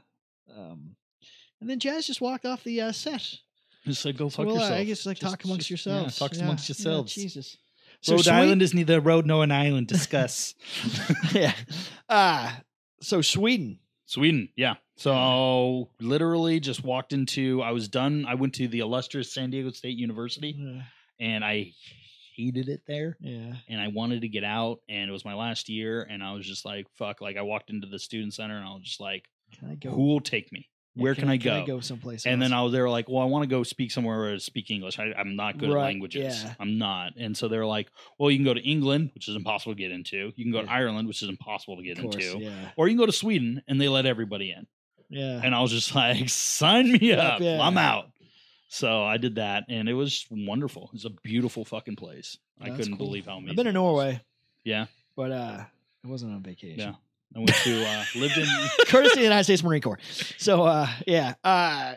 Speaker 2: um and then Jazz just walked off the uh, set.
Speaker 3: Just like go
Speaker 2: So,
Speaker 3: fuck
Speaker 2: well,
Speaker 3: yourself.
Speaker 2: I guess like
Speaker 3: Just-
Speaker 2: talk amongst
Speaker 3: just- yeah,
Speaker 2: yourselves.
Speaker 3: talk amongst yourselves.
Speaker 2: Jesus.
Speaker 3: Rhode
Speaker 2: Sweet-
Speaker 3: Island is neither a road nor an island. Discuss.
Speaker 2: yeah. Ah, so Sweden.
Speaker 3: Sweden, yeah. So literally just walked into. I was done. I went to the illustrious San Diego State University,
Speaker 2: Yeah.
Speaker 3: and I hated it there.
Speaker 2: Uh, Yeah.
Speaker 3: And I wanted to get out, and it was my last year, and I was just like, "Fuck!" Like I walked into the student center, and I was just like,
Speaker 2: Can I go?
Speaker 3: "Who will take me?
Speaker 2: yeah,
Speaker 3: Where can, I go?"
Speaker 2: Can I go someplace?
Speaker 3: And then
Speaker 2: else?
Speaker 3: I was, they were like, well, I want to go speak somewhere where I speak English. I, I'm not good
Speaker 2: Right,
Speaker 3: at languages.
Speaker 2: yeah.
Speaker 3: I'm not. And so they're like, well, you can go to England, which is impossible to get into. You can go to
Speaker 2: Yeah.
Speaker 3: Ireland, which is impossible to get
Speaker 2: Of course,
Speaker 3: into.
Speaker 2: Yeah.
Speaker 3: Or you can go to Sweden and they let everybody in.
Speaker 2: Yeah.
Speaker 3: And I was just like, sign me
Speaker 2: Yep,
Speaker 3: up.
Speaker 2: yeah.
Speaker 3: I'm out. So I did that and it was wonderful. It's a beautiful fucking place. I
Speaker 2: That's
Speaker 3: couldn't
Speaker 2: cool.
Speaker 3: believe how amazing.
Speaker 2: I've been to
Speaker 3: it was.
Speaker 2: Norway.
Speaker 3: Yeah.
Speaker 2: but uh, I wasn't on vacation.
Speaker 3: Yeah. I went to uh, lived in
Speaker 2: courtesy of the United States Marine Corps. So uh, yeah, uh,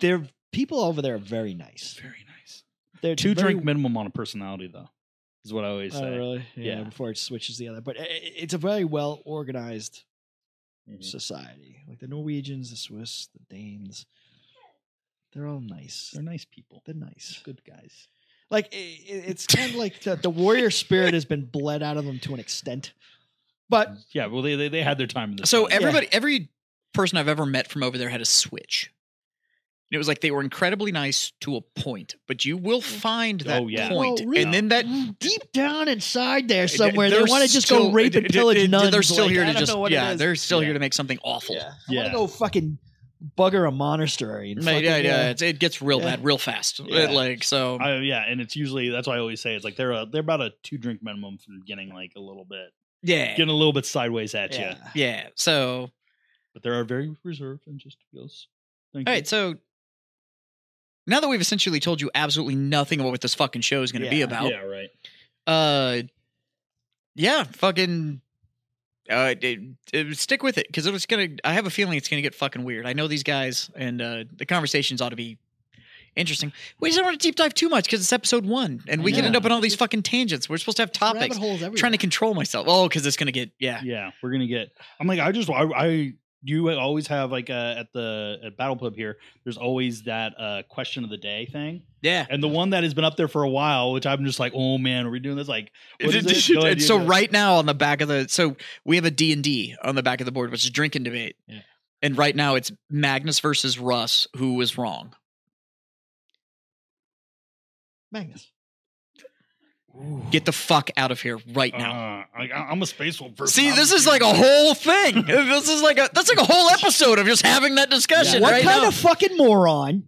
Speaker 2: they're people over there are very nice.
Speaker 3: very nice.
Speaker 2: They're
Speaker 3: Two
Speaker 2: very-
Speaker 3: drink minimum on a personality though, is what I always
Speaker 2: Oh,
Speaker 3: say.
Speaker 2: really? Yeah,
Speaker 3: Yeah.
Speaker 2: Before it switches the other, but i- i- it's a very well organized
Speaker 3: Mhm.
Speaker 2: society. Like the Norwegians, the Swiss, the Danes, they're all nice.
Speaker 3: They're nice people.
Speaker 2: They're nice.
Speaker 3: Good guys.
Speaker 2: Like i- i- it's kind of like the, the warrior spirit has been bled out of them to an extent, but
Speaker 3: Yeah, well they they, they had their time in this.
Speaker 1: So
Speaker 3: time.
Speaker 1: everybody, every person I've ever met from over there had a switch. And it was like they were incredibly nice to a point, but you
Speaker 2: Mm.
Speaker 1: will find that
Speaker 3: Oh, yeah.
Speaker 1: point.
Speaker 2: Well, really-
Speaker 1: and then that
Speaker 2: deep down inside there somewhere, they
Speaker 1: they're
Speaker 2: want to just
Speaker 1: still-
Speaker 2: go rape and
Speaker 1: d- d-
Speaker 2: pillage
Speaker 1: d- d-
Speaker 2: nuns.
Speaker 1: They're still
Speaker 2: Like,
Speaker 1: here
Speaker 2: I
Speaker 1: to
Speaker 2: don't
Speaker 1: just
Speaker 2: know what it
Speaker 1: yeah,
Speaker 2: is.
Speaker 1: they're still here
Speaker 3: Yeah.
Speaker 1: to make something awful.
Speaker 2: Yeah. I want
Speaker 3: Yeah.
Speaker 2: to go fucking bugger a monastery and
Speaker 1: Mate,
Speaker 2: fucking,
Speaker 1: yeah, yeah,
Speaker 2: uh,
Speaker 1: it's- it gets real
Speaker 2: yeah.
Speaker 1: bad real fast. It,
Speaker 2: Yeah.
Speaker 1: like so,
Speaker 3: I, yeah, and it's usually that's why I always say it's like they're a, they're about a two drink minimum from getting like a little bit
Speaker 1: yeah,
Speaker 3: getting a little bit sideways at you.
Speaker 2: uh, yeah.
Speaker 1: Eh. yeah. So,
Speaker 3: But they are very reserved and just goes. Thank
Speaker 1: all
Speaker 3: you.
Speaker 1: right. So
Speaker 2: Mm-hmm.
Speaker 1: now that we've essentially told you absolutely nothing about what this fucking show is going to be
Speaker 2: Yeah.
Speaker 1: about,
Speaker 3: yeah, right.
Speaker 1: uh yeah fucking uh d- d- stick with it because it's gonna i have a feeling it's gonna get fucking weird i know these guys and uh the conversations ought to be interesting we just don't want to deep dive too much because it's episode one and we can
Speaker 3: Yeah.
Speaker 1: end up in all these fucking tangents we're supposed to have
Speaker 2: Rabbit
Speaker 1: topics
Speaker 2: holes
Speaker 1: I'm trying to
Speaker 2: everywhere.
Speaker 1: control myself oh because it's gonna get yeah
Speaker 3: yeah we're gonna get i'm like i just i, I you always have like uh, at the at battle pub here there's always that uh question of the day thing
Speaker 1: yeah
Speaker 3: and the one that has been up there for a while which i'm just like oh man are we doing this like what is it? No
Speaker 1: and
Speaker 3: idea.
Speaker 1: so right now on the back of the so we have a d&d on the back of the board which is drinking debate
Speaker 3: Yeah.
Speaker 1: and right now it's magnus versus russ who was wrong
Speaker 2: Magnus.
Speaker 1: get the fuck out of here right now
Speaker 3: uh, I, i'm a space wolf person.
Speaker 1: See,
Speaker 3: I'm
Speaker 1: this is
Speaker 3: here.
Speaker 1: like a whole thing. this is like a that's like a whole episode of just having that discussion.
Speaker 2: What
Speaker 1: right
Speaker 2: kind
Speaker 1: now.
Speaker 2: of fucking moron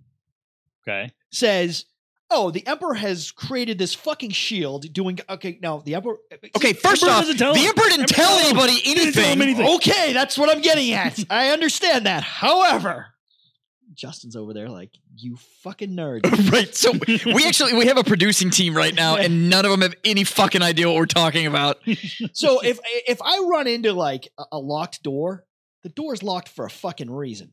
Speaker 3: okay
Speaker 2: says, "Oh, the emperor has created this fucking shield doing okay." Now the emperor.
Speaker 1: Okay, first
Speaker 3: Emperor
Speaker 1: off,
Speaker 3: doesn't tell
Speaker 1: the
Speaker 3: him.
Speaker 1: emperor didn't
Speaker 3: Emperor
Speaker 1: tell
Speaker 3: doesn't-
Speaker 1: anybody
Speaker 3: didn't tell him
Speaker 1: anything.
Speaker 3: anything.
Speaker 2: Okay, that's what I'm getting at. I understand that. However, Justin's over there like you fucking nerd.
Speaker 1: right. So we actually we have a producing team right now, and none of them have any fucking idea what we're talking about.
Speaker 2: so if if I run into like a, a locked door, the door's locked for a fucking reason.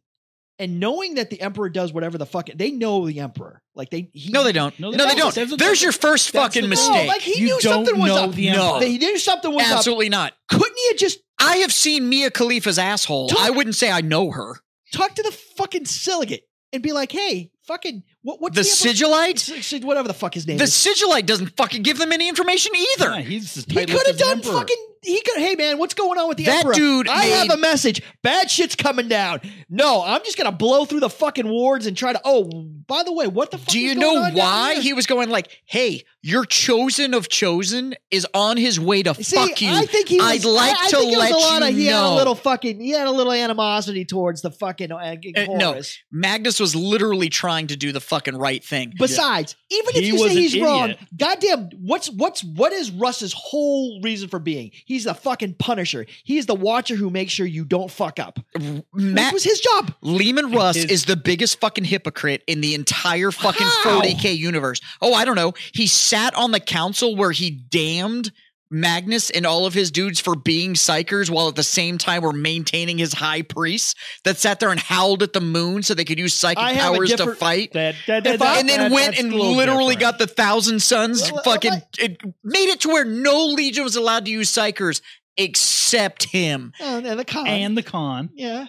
Speaker 2: And knowing that the emperor does whatever the fuck they know the emperor, like they he,
Speaker 1: No, they don't. No, they,
Speaker 3: No, they
Speaker 1: don't.
Speaker 3: don't. That's the-
Speaker 1: There's your first
Speaker 3: that's
Speaker 1: fucking
Speaker 3: the-
Speaker 2: No,
Speaker 1: mistake.
Speaker 2: like he
Speaker 3: You
Speaker 2: knew
Speaker 3: don't
Speaker 2: something was
Speaker 3: know
Speaker 2: up.
Speaker 3: the
Speaker 1: No.
Speaker 3: emperor.
Speaker 2: They knew something was up.
Speaker 1: Absolutely not.
Speaker 2: Couldn't he have just
Speaker 1: I have seen Mia Khalifa's asshole.
Speaker 2: Talk-
Speaker 1: I wouldn't say I know her.
Speaker 2: talk to the fucking siligate and be like, "Hey, fucking what? What's
Speaker 1: The
Speaker 2: the
Speaker 1: sigilite.
Speaker 2: emperor- sig- whatever the fuck his name
Speaker 1: The
Speaker 2: is."
Speaker 1: sigilite doesn't fucking give them any information either.
Speaker 3: yeah, he's just
Speaker 2: He
Speaker 3: tight-lipped
Speaker 2: could have
Speaker 3: as an
Speaker 2: done
Speaker 3: emperor.
Speaker 2: fucking. He could. Hey man, what's going on with the
Speaker 1: That
Speaker 2: emperor?
Speaker 1: dude
Speaker 2: I have
Speaker 1: made-
Speaker 2: a message. Bad shit's coming down. No, I'm just gonna blow through the fucking wards and try to. Oh, by the way, what the fuck?
Speaker 1: Do
Speaker 2: is
Speaker 1: you
Speaker 2: going
Speaker 1: know
Speaker 2: on down
Speaker 1: why
Speaker 2: here?
Speaker 1: he was going like, "Hey, your chosen of chosen is on his way to
Speaker 2: See,
Speaker 1: fuck you"?
Speaker 2: I think he. Was,
Speaker 1: I'd like
Speaker 2: I, I
Speaker 1: to
Speaker 2: think it was
Speaker 1: let
Speaker 2: a lot
Speaker 1: you
Speaker 2: of, He had a
Speaker 1: know.
Speaker 2: little fucking. He had a little animosity towards the fucking. Uh,
Speaker 1: Uh, no.
Speaker 2: Horus.
Speaker 1: Magnus was literally trying to do the fucking right thing.
Speaker 2: Besides, even if
Speaker 3: He
Speaker 2: you
Speaker 3: was
Speaker 2: say
Speaker 3: an
Speaker 2: he's wrong,
Speaker 3: idiot.
Speaker 2: goddamn, what's what's what is Russ's whole reason for being? He's the fucking punisher. He's the watcher who makes sure you don't fuck up.
Speaker 1: R-
Speaker 2: That
Speaker 1: Ma-
Speaker 2: was his job.
Speaker 1: Lehman Russ
Speaker 3: His-
Speaker 1: is the biggest fucking hypocrite in the entire fucking
Speaker 2: How?
Speaker 1: 40k universe. Oh, I don't know. He sat on the council where he damned Magnus and all of his dudes for being psychers while at the same time were maintaining his high priests that sat there and howled at the moon so they could use psychic
Speaker 2: I have a
Speaker 1: powers to
Speaker 2: different-
Speaker 1: fight.
Speaker 3: that, that,
Speaker 2: If
Speaker 3: that,
Speaker 2: I-
Speaker 3: that,
Speaker 1: and then
Speaker 3: that-
Speaker 1: went
Speaker 3: that's
Speaker 1: and
Speaker 3: a little
Speaker 1: literally got
Speaker 3: different.
Speaker 1: the Thousand Suns
Speaker 2: Well,
Speaker 1: fucking
Speaker 2: well,
Speaker 1: it made it to where no legion was allowed to use psychers except him.
Speaker 2: And, Oh, and the con.
Speaker 3: and the con
Speaker 2: yeah.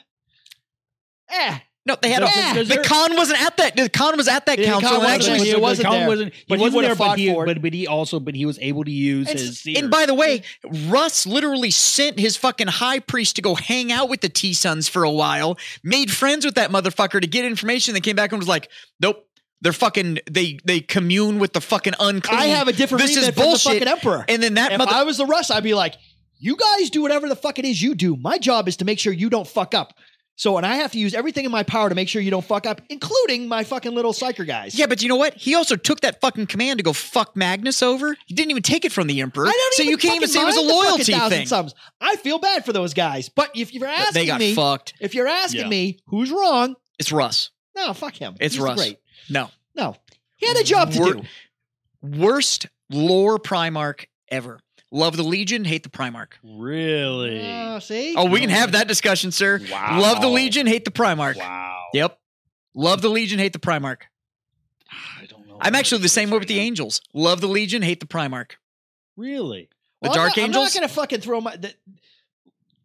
Speaker 2: Eh.
Speaker 1: No, they had
Speaker 3: Does-
Speaker 1: a,
Speaker 3: does- does
Speaker 1: the
Speaker 3: there-
Speaker 1: Khan wasn't at that. The Khan was at that
Speaker 2: Yeah, the
Speaker 1: council.
Speaker 2: Khan
Speaker 1: And
Speaker 2: wasn't
Speaker 1: actually,
Speaker 2: there. He
Speaker 3: the
Speaker 2: wasn't
Speaker 3: con
Speaker 2: there.
Speaker 3: wasn't he
Speaker 2: But he
Speaker 3: wasn't
Speaker 2: would've
Speaker 3: there
Speaker 2: fought
Speaker 3: but he,
Speaker 2: for it.
Speaker 3: but, but he also but he was able to use
Speaker 1: And,
Speaker 3: his
Speaker 1: and by the way, Russ literally sent his fucking high priest to go hang out with the T Suns for a while, made friends with that motherfucker to get information. Then came back and was like, "Nope, they're fucking they they commune with the fucking unclean."
Speaker 2: I have a different
Speaker 1: This
Speaker 2: reason
Speaker 1: is
Speaker 2: from
Speaker 1: bullshit.
Speaker 2: the fucking emperor.
Speaker 1: and then that
Speaker 2: if
Speaker 1: mother
Speaker 2: I was the Russ, I'd be like, you guys do whatever the fuck it is you do. My job is to make sure you don't fuck up. So, and I have to use everything in my power to make sure you don't fuck up, including my fucking little psyker guys.
Speaker 1: Yeah, but you know what? He also took that fucking command to go fuck Magnus over. He didn't even take it from the Emperor.
Speaker 2: I don't
Speaker 1: so
Speaker 2: even
Speaker 1: you can't even
Speaker 2: fucking
Speaker 1: say it was a
Speaker 2: mind the fucking
Speaker 1: loyalty
Speaker 2: thousand
Speaker 1: thing.
Speaker 2: sums. I feel bad for those guys, but if you're
Speaker 1: But
Speaker 2: asking
Speaker 1: They got
Speaker 2: me,
Speaker 1: fucked.
Speaker 2: if you're asking
Speaker 3: Yeah.
Speaker 2: me who's wrong,
Speaker 1: It's Russ.
Speaker 2: no, fuck him.
Speaker 1: It's
Speaker 2: He's
Speaker 1: Russ.
Speaker 2: Great.
Speaker 1: No.
Speaker 2: No, he had a job to
Speaker 1: Wor-
Speaker 2: do.
Speaker 1: Worst lore Primarch ever. Love the Legion, hate the Primarch.
Speaker 3: Really?
Speaker 2: Uh, see?
Speaker 1: Oh, we can have that discussion, sir.
Speaker 3: wow.
Speaker 1: Love the Legion, hate the Primarch.
Speaker 3: Wow.
Speaker 1: Yep. Love the Legion, hate the Primarch.
Speaker 3: I don't know.
Speaker 1: I'm actually the same way with the Angels. Love the Legion, hate the Primarch.
Speaker 3: Really?
Speaker 1: The
Speaker 2: Well, I'm
Speaker 1: Dark
Speaker 2: not- I'm
Speaker 1: Angels.
Speaker 2: not gonna fucking throw my. The,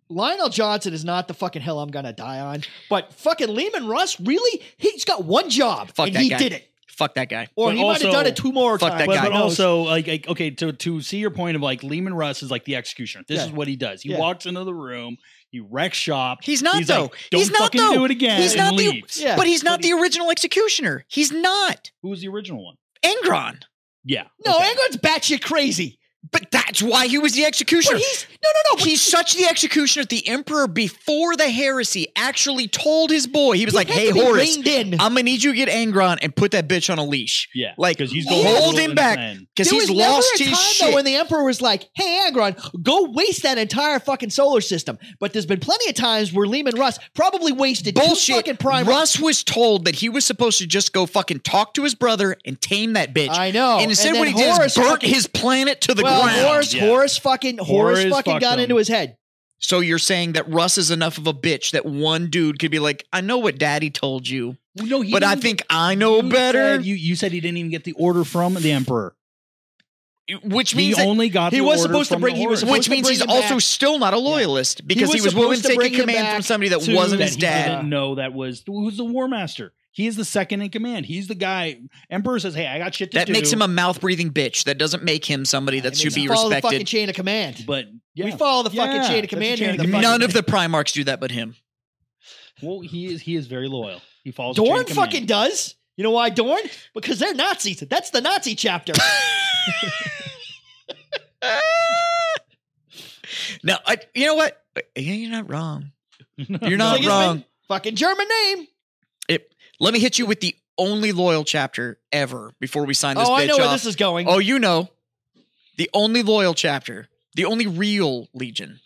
Speaker 2: Lionel Johnson is not the fucking hell I'm gonna die on. But fucking Lehman Russ, really? He's got one job,
Speaker 1: Fuck
Speaker 2: and
Speaker 1: that
Speaker 2: he
Speaker 1: guy.
Speaker 2: did it.
Speaker 1: Fuck that guy.
Speaker 2: Or
Speaker 3: But
Speaker 2: he might have
Speaker 3: also-
Speaker 2: done it two more
Speaker 1: Fuck
Speaker 2: times.
Speaker 1: that
Speaker 3: But,
Speaker 1: guy.
Speaker 3: but
Speaker 2: Who knows?
Speaker 3: also, like, like, okay, to to see your point of like Lehman Russ is like the executioner. This
Speaker 2: Yeah.
Speaker 3: is what he does. He
Speaker 2: Yeah.
Speaker 3: walks into the room, he wrecks shop.
Speaker 1: He's not
Speaker 3: he's
Speaker 1: though.
Speaker 3: like, don't
Speaker 1: he's not
Speaker 3: fucking
Speaker 1: though.
Speaker 3: do it again.
Speaker 1: He's
Speaker 3: and
Speaker 1: not the-
Speaker 3: leaves.
Speaker 2: Yeah.
Speaker 1: But he's not
Speaker 3: But he-
Speaker 1: the original executioner. He's not
Speaker 3: Who was the original one?
Speaker 1: Engron.
Speaker 3: Yeah.
Speaker 2: no,
Speaker 3: okay.
Speaker 2: England's batshit crazy.
Speaker 1: But that's why he was the executioner.
Speaker 2: But he's no, no, no. But
Speaker 1: He's such the executioner. that The emperor before the heresy actually told his boy. He was like,
Speaker 2: had
Speaker 1: "Hey
Speaker 2: to be
Speaker 1: Horus,
Speaker 2: reined in.
Speaker 1: I'm gonna need you to get Angron and put that bitch on a leash
Speaker 3: Yeah.
Speaker 1: like,
Speaker 3: because he's
Speaker 1: hold
Speaker 3: going to rule
Speaker 1: him
Speaker 3: in
Speaker 1: back.
Speaker 3: men.
Speaker 1: because
Speaker 2: There
Speaker 1: he's
Speaker 2: was never
Speaker 1: lost
Speaker 2: a
Speaker 1: his
Speaker 2: time,
Speaker 1: shit."
Speaker 2: Though, when the emperor was like, "Hey, Angron, go waste that entire fucking solar system." But there's been plenty of times where Lehman Russ probably wasted two
Speaker 1: Bullshit.
Speaker 2: fucking prime.
Speaker 1: Russ was told that he was supposed to just go fucking talk to his brother and tame that bitch.
Speaker 2: I know.
Speaker 1: And instead,
Speaker 2: And
Speaker 1: what he
Speaker 2: then
Speaker 1: did is
Speaker 2: Horus
Speaker 1: burnt
Speaker 2: fucking-
Speaker 1: his planet to the
Speaker 2: well,
Speaker 1: ground.
Speaker 2: Horus,
Speaker 3: Yeah.
Speaker 2: Horus fucking Horus,
Speaker 3: Horus
Speaker 2: fucking
Speaker 3: fucked
Speaker 2: got
Speaker 3: him.
Speaker 2: into his head.
Speaker 1: So you're saying that Russ is enough of a bitch that one dude could be like, "I know what Daddy told you,
Speaker 3: Well, no, he
Speaker 1: but I
Speaker 3: didn't-
Speaker 1: think I know
Speaker 3: you
Speaker 1: better."
Speaker 3: said- you you said he didn't even get the order from the emperor.
Speaker 1: which
Speaker 3: He
Speaker 1: means that-
Speaker 3: only got.
Speaker 2: he
Speaker 3: the
Speaker 2: was
Speaker 3: order
Speaker 2: supposed to
Speaker 3: from
Speaker 2: bring-
Speaker 3: the
Speaker 2: he was
Speaker 3: order.
Speaker 2: supposed
Speaker 1: which
Speaker 2: to
Speaker 1: means
Speaker 2: bring
Speaker 1: he's
Speaker 2: him
Speaker 1: also
Speaker 2: back.
Speaker 1: still not a loyalist because
Speaker 2: He
Speaker 1: he
Speaker 2: was
Speaker 1: was, willing
Speaker 2: supposed
Speaker 1: to
Speaker 2: to
Speaker 1: take a
Speaker 2: bring him
Speaker 1: command
Speaker 2: back
Speaker 1: from somebody that
Speaker 2: to
Speaker 1: wasn't
Speaker 3: that
Speaker 1: his
Speaker 3: he
Speaker 1: dad.
Speaker 3: didn't know that was who's the war master. He is the second in command. He's the guy. Emperor says, "Hey, I got shit to
Speaker 1: That
Speaker 3: do."
Speaker 1: makes him a mouth breathing bitch. That doesn't make him somebody that
Speaker 2: It
Speaker 1: should
Speaker 2: makes
Speaker 1: be
Speaker 2: him follow the fucking
Speaker 1: respected.
Speaker 2: chain of command.
Speaker 3: But yeah,
Speaker 2: We follow the fucking
Speaker 3: Yeah,
Speaker 2: chain of
Speaker 3: that's the
Speaker 2: command
Speaker 3: chain
Speaker 2: here.
Speaker 3: of
Speaker 2: in the
Speaker 3: command.
Speaker 1: None
Speaker 2: fucking-
Speaker 1: of the Primarchs do that but him.
Speaker 3: well, he is he is very loyal. He follows. the chain
Speaker 2: Dorn
Speaker 3: of command.
Speaker 2: fucking does. You know why Dorn? Because they're Nazis. That's the Nazi chapter.
Speaker 1: No, I, you know what? Yeah, You're not wrong. You're not
Speaker 2: Sigismund,
Speaker 1: wrong.
Speaker 2: Fucking German name.
Speaker 1: Let me hit you with the only loyal chapter ever before we sign this
Speaker 2: Oh,
Speaker 1: bitch
Speaker 2: I know
Speaker 1: off.
Speaker 2: where this is going.
Speaker 1: Oh, you know. The only loyal chapter, the only real legion,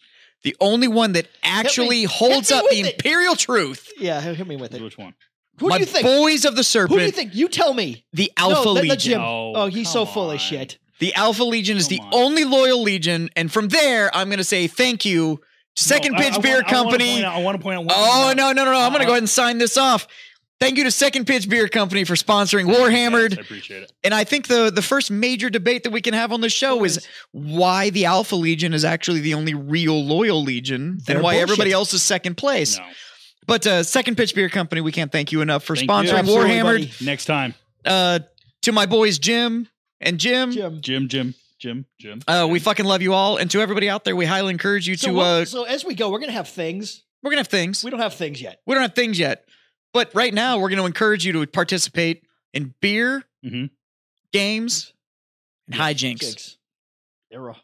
Speaker 1: the only one that actually holds
Speaker 2: Hit me
Speaker 1: up the
Speaker 2: with it.
Speaker 1: imperial truth.
Speaker 2: Yeah, hit me with it.
Speaker 3: Which one?
Speaker 2: Who
Speaker 1: My
Speaker 2: do you think?
Speaker 1: boys of the
Speaker 2: Who do you
Speaker 1: serpent,
Speaker 2: think? You tell me.
Speaker 1: the alpha
Speaker 2: no, let-
Speaker 1: legion.
Speaker 2: let Jim-
Speaker 3: Oh,
Speaker 2: Oh, he's so
Speaker 3: come
Speaker 2: full
Speaker 3: on.
Speaker 2: of shit.
Speaker 1: the alpha legion is
Speaker 3: Come
Speaker 1: the
Speaker 3: on.
Speaker 1: only loyal legion, and from there, I'm going to say thank you, to Second
Speaker 3: No, I-
Speaker 1: Pitch
Speaker 3: I
Speaker 1: Beer
Speaker 3: wanna-
Speaker 1: Company.
Speaker 3: I want to point out. one
Speaker 1: Oh
Speaker 3: thing.
Speaker 1: no no no! no. I'm going to
Speaker 3: Uh-uh.
Speaker 1: go ahead and sign this off. Thank you to Second Pitch Beer Company for sponsoring Warhammered.
Speaker 3: Yes, I appreciate it.
Speaker 1: And I think the the first major debate that we can have on the show is why the Alpha Legion is actually the only real loyal legion
Speaker 2: They're
Speaker 1: and why
Speaker 2: bullshit.
Speaker 1: everybody else is second place.
Speaker 3: No.
Speaker 1: But uh, Second Pitch Beer Company, we can't thank you enough for
Speaker 3: Thank you.
Speaker 1: sponsoring
Speaker 2: Absolutely,
Speaker 1: Warhammered.
Speaker 2: buddy.
Speaker 3: Next time,
Speaker 1: Uh, to my boys Jim and Jim,
Speaker 2: Jim.
Speaker 3: Jim, Jim, Jim, Jim.
Speaker 1: Uh, we fucking love you all. And to everybody out there, we highly encourage you
Speaker 2: So,
Speaker 1: to.
Speaker 2: what-
Speaker 1: Uh,
Speaker 2: so as we go, we're gonna have things.
Speaker 1: we're gonna have things.
Speaker 2: We don't have things yet.
Speaker 1: We don't have things yet, but right now we're gonna encourage you to participate in beer,
Speaker 2: Mm-hmm.
Speaker 3: Mhm.
Speaker 1: games, and hijinks.
Speaker 2: Jigs. Era.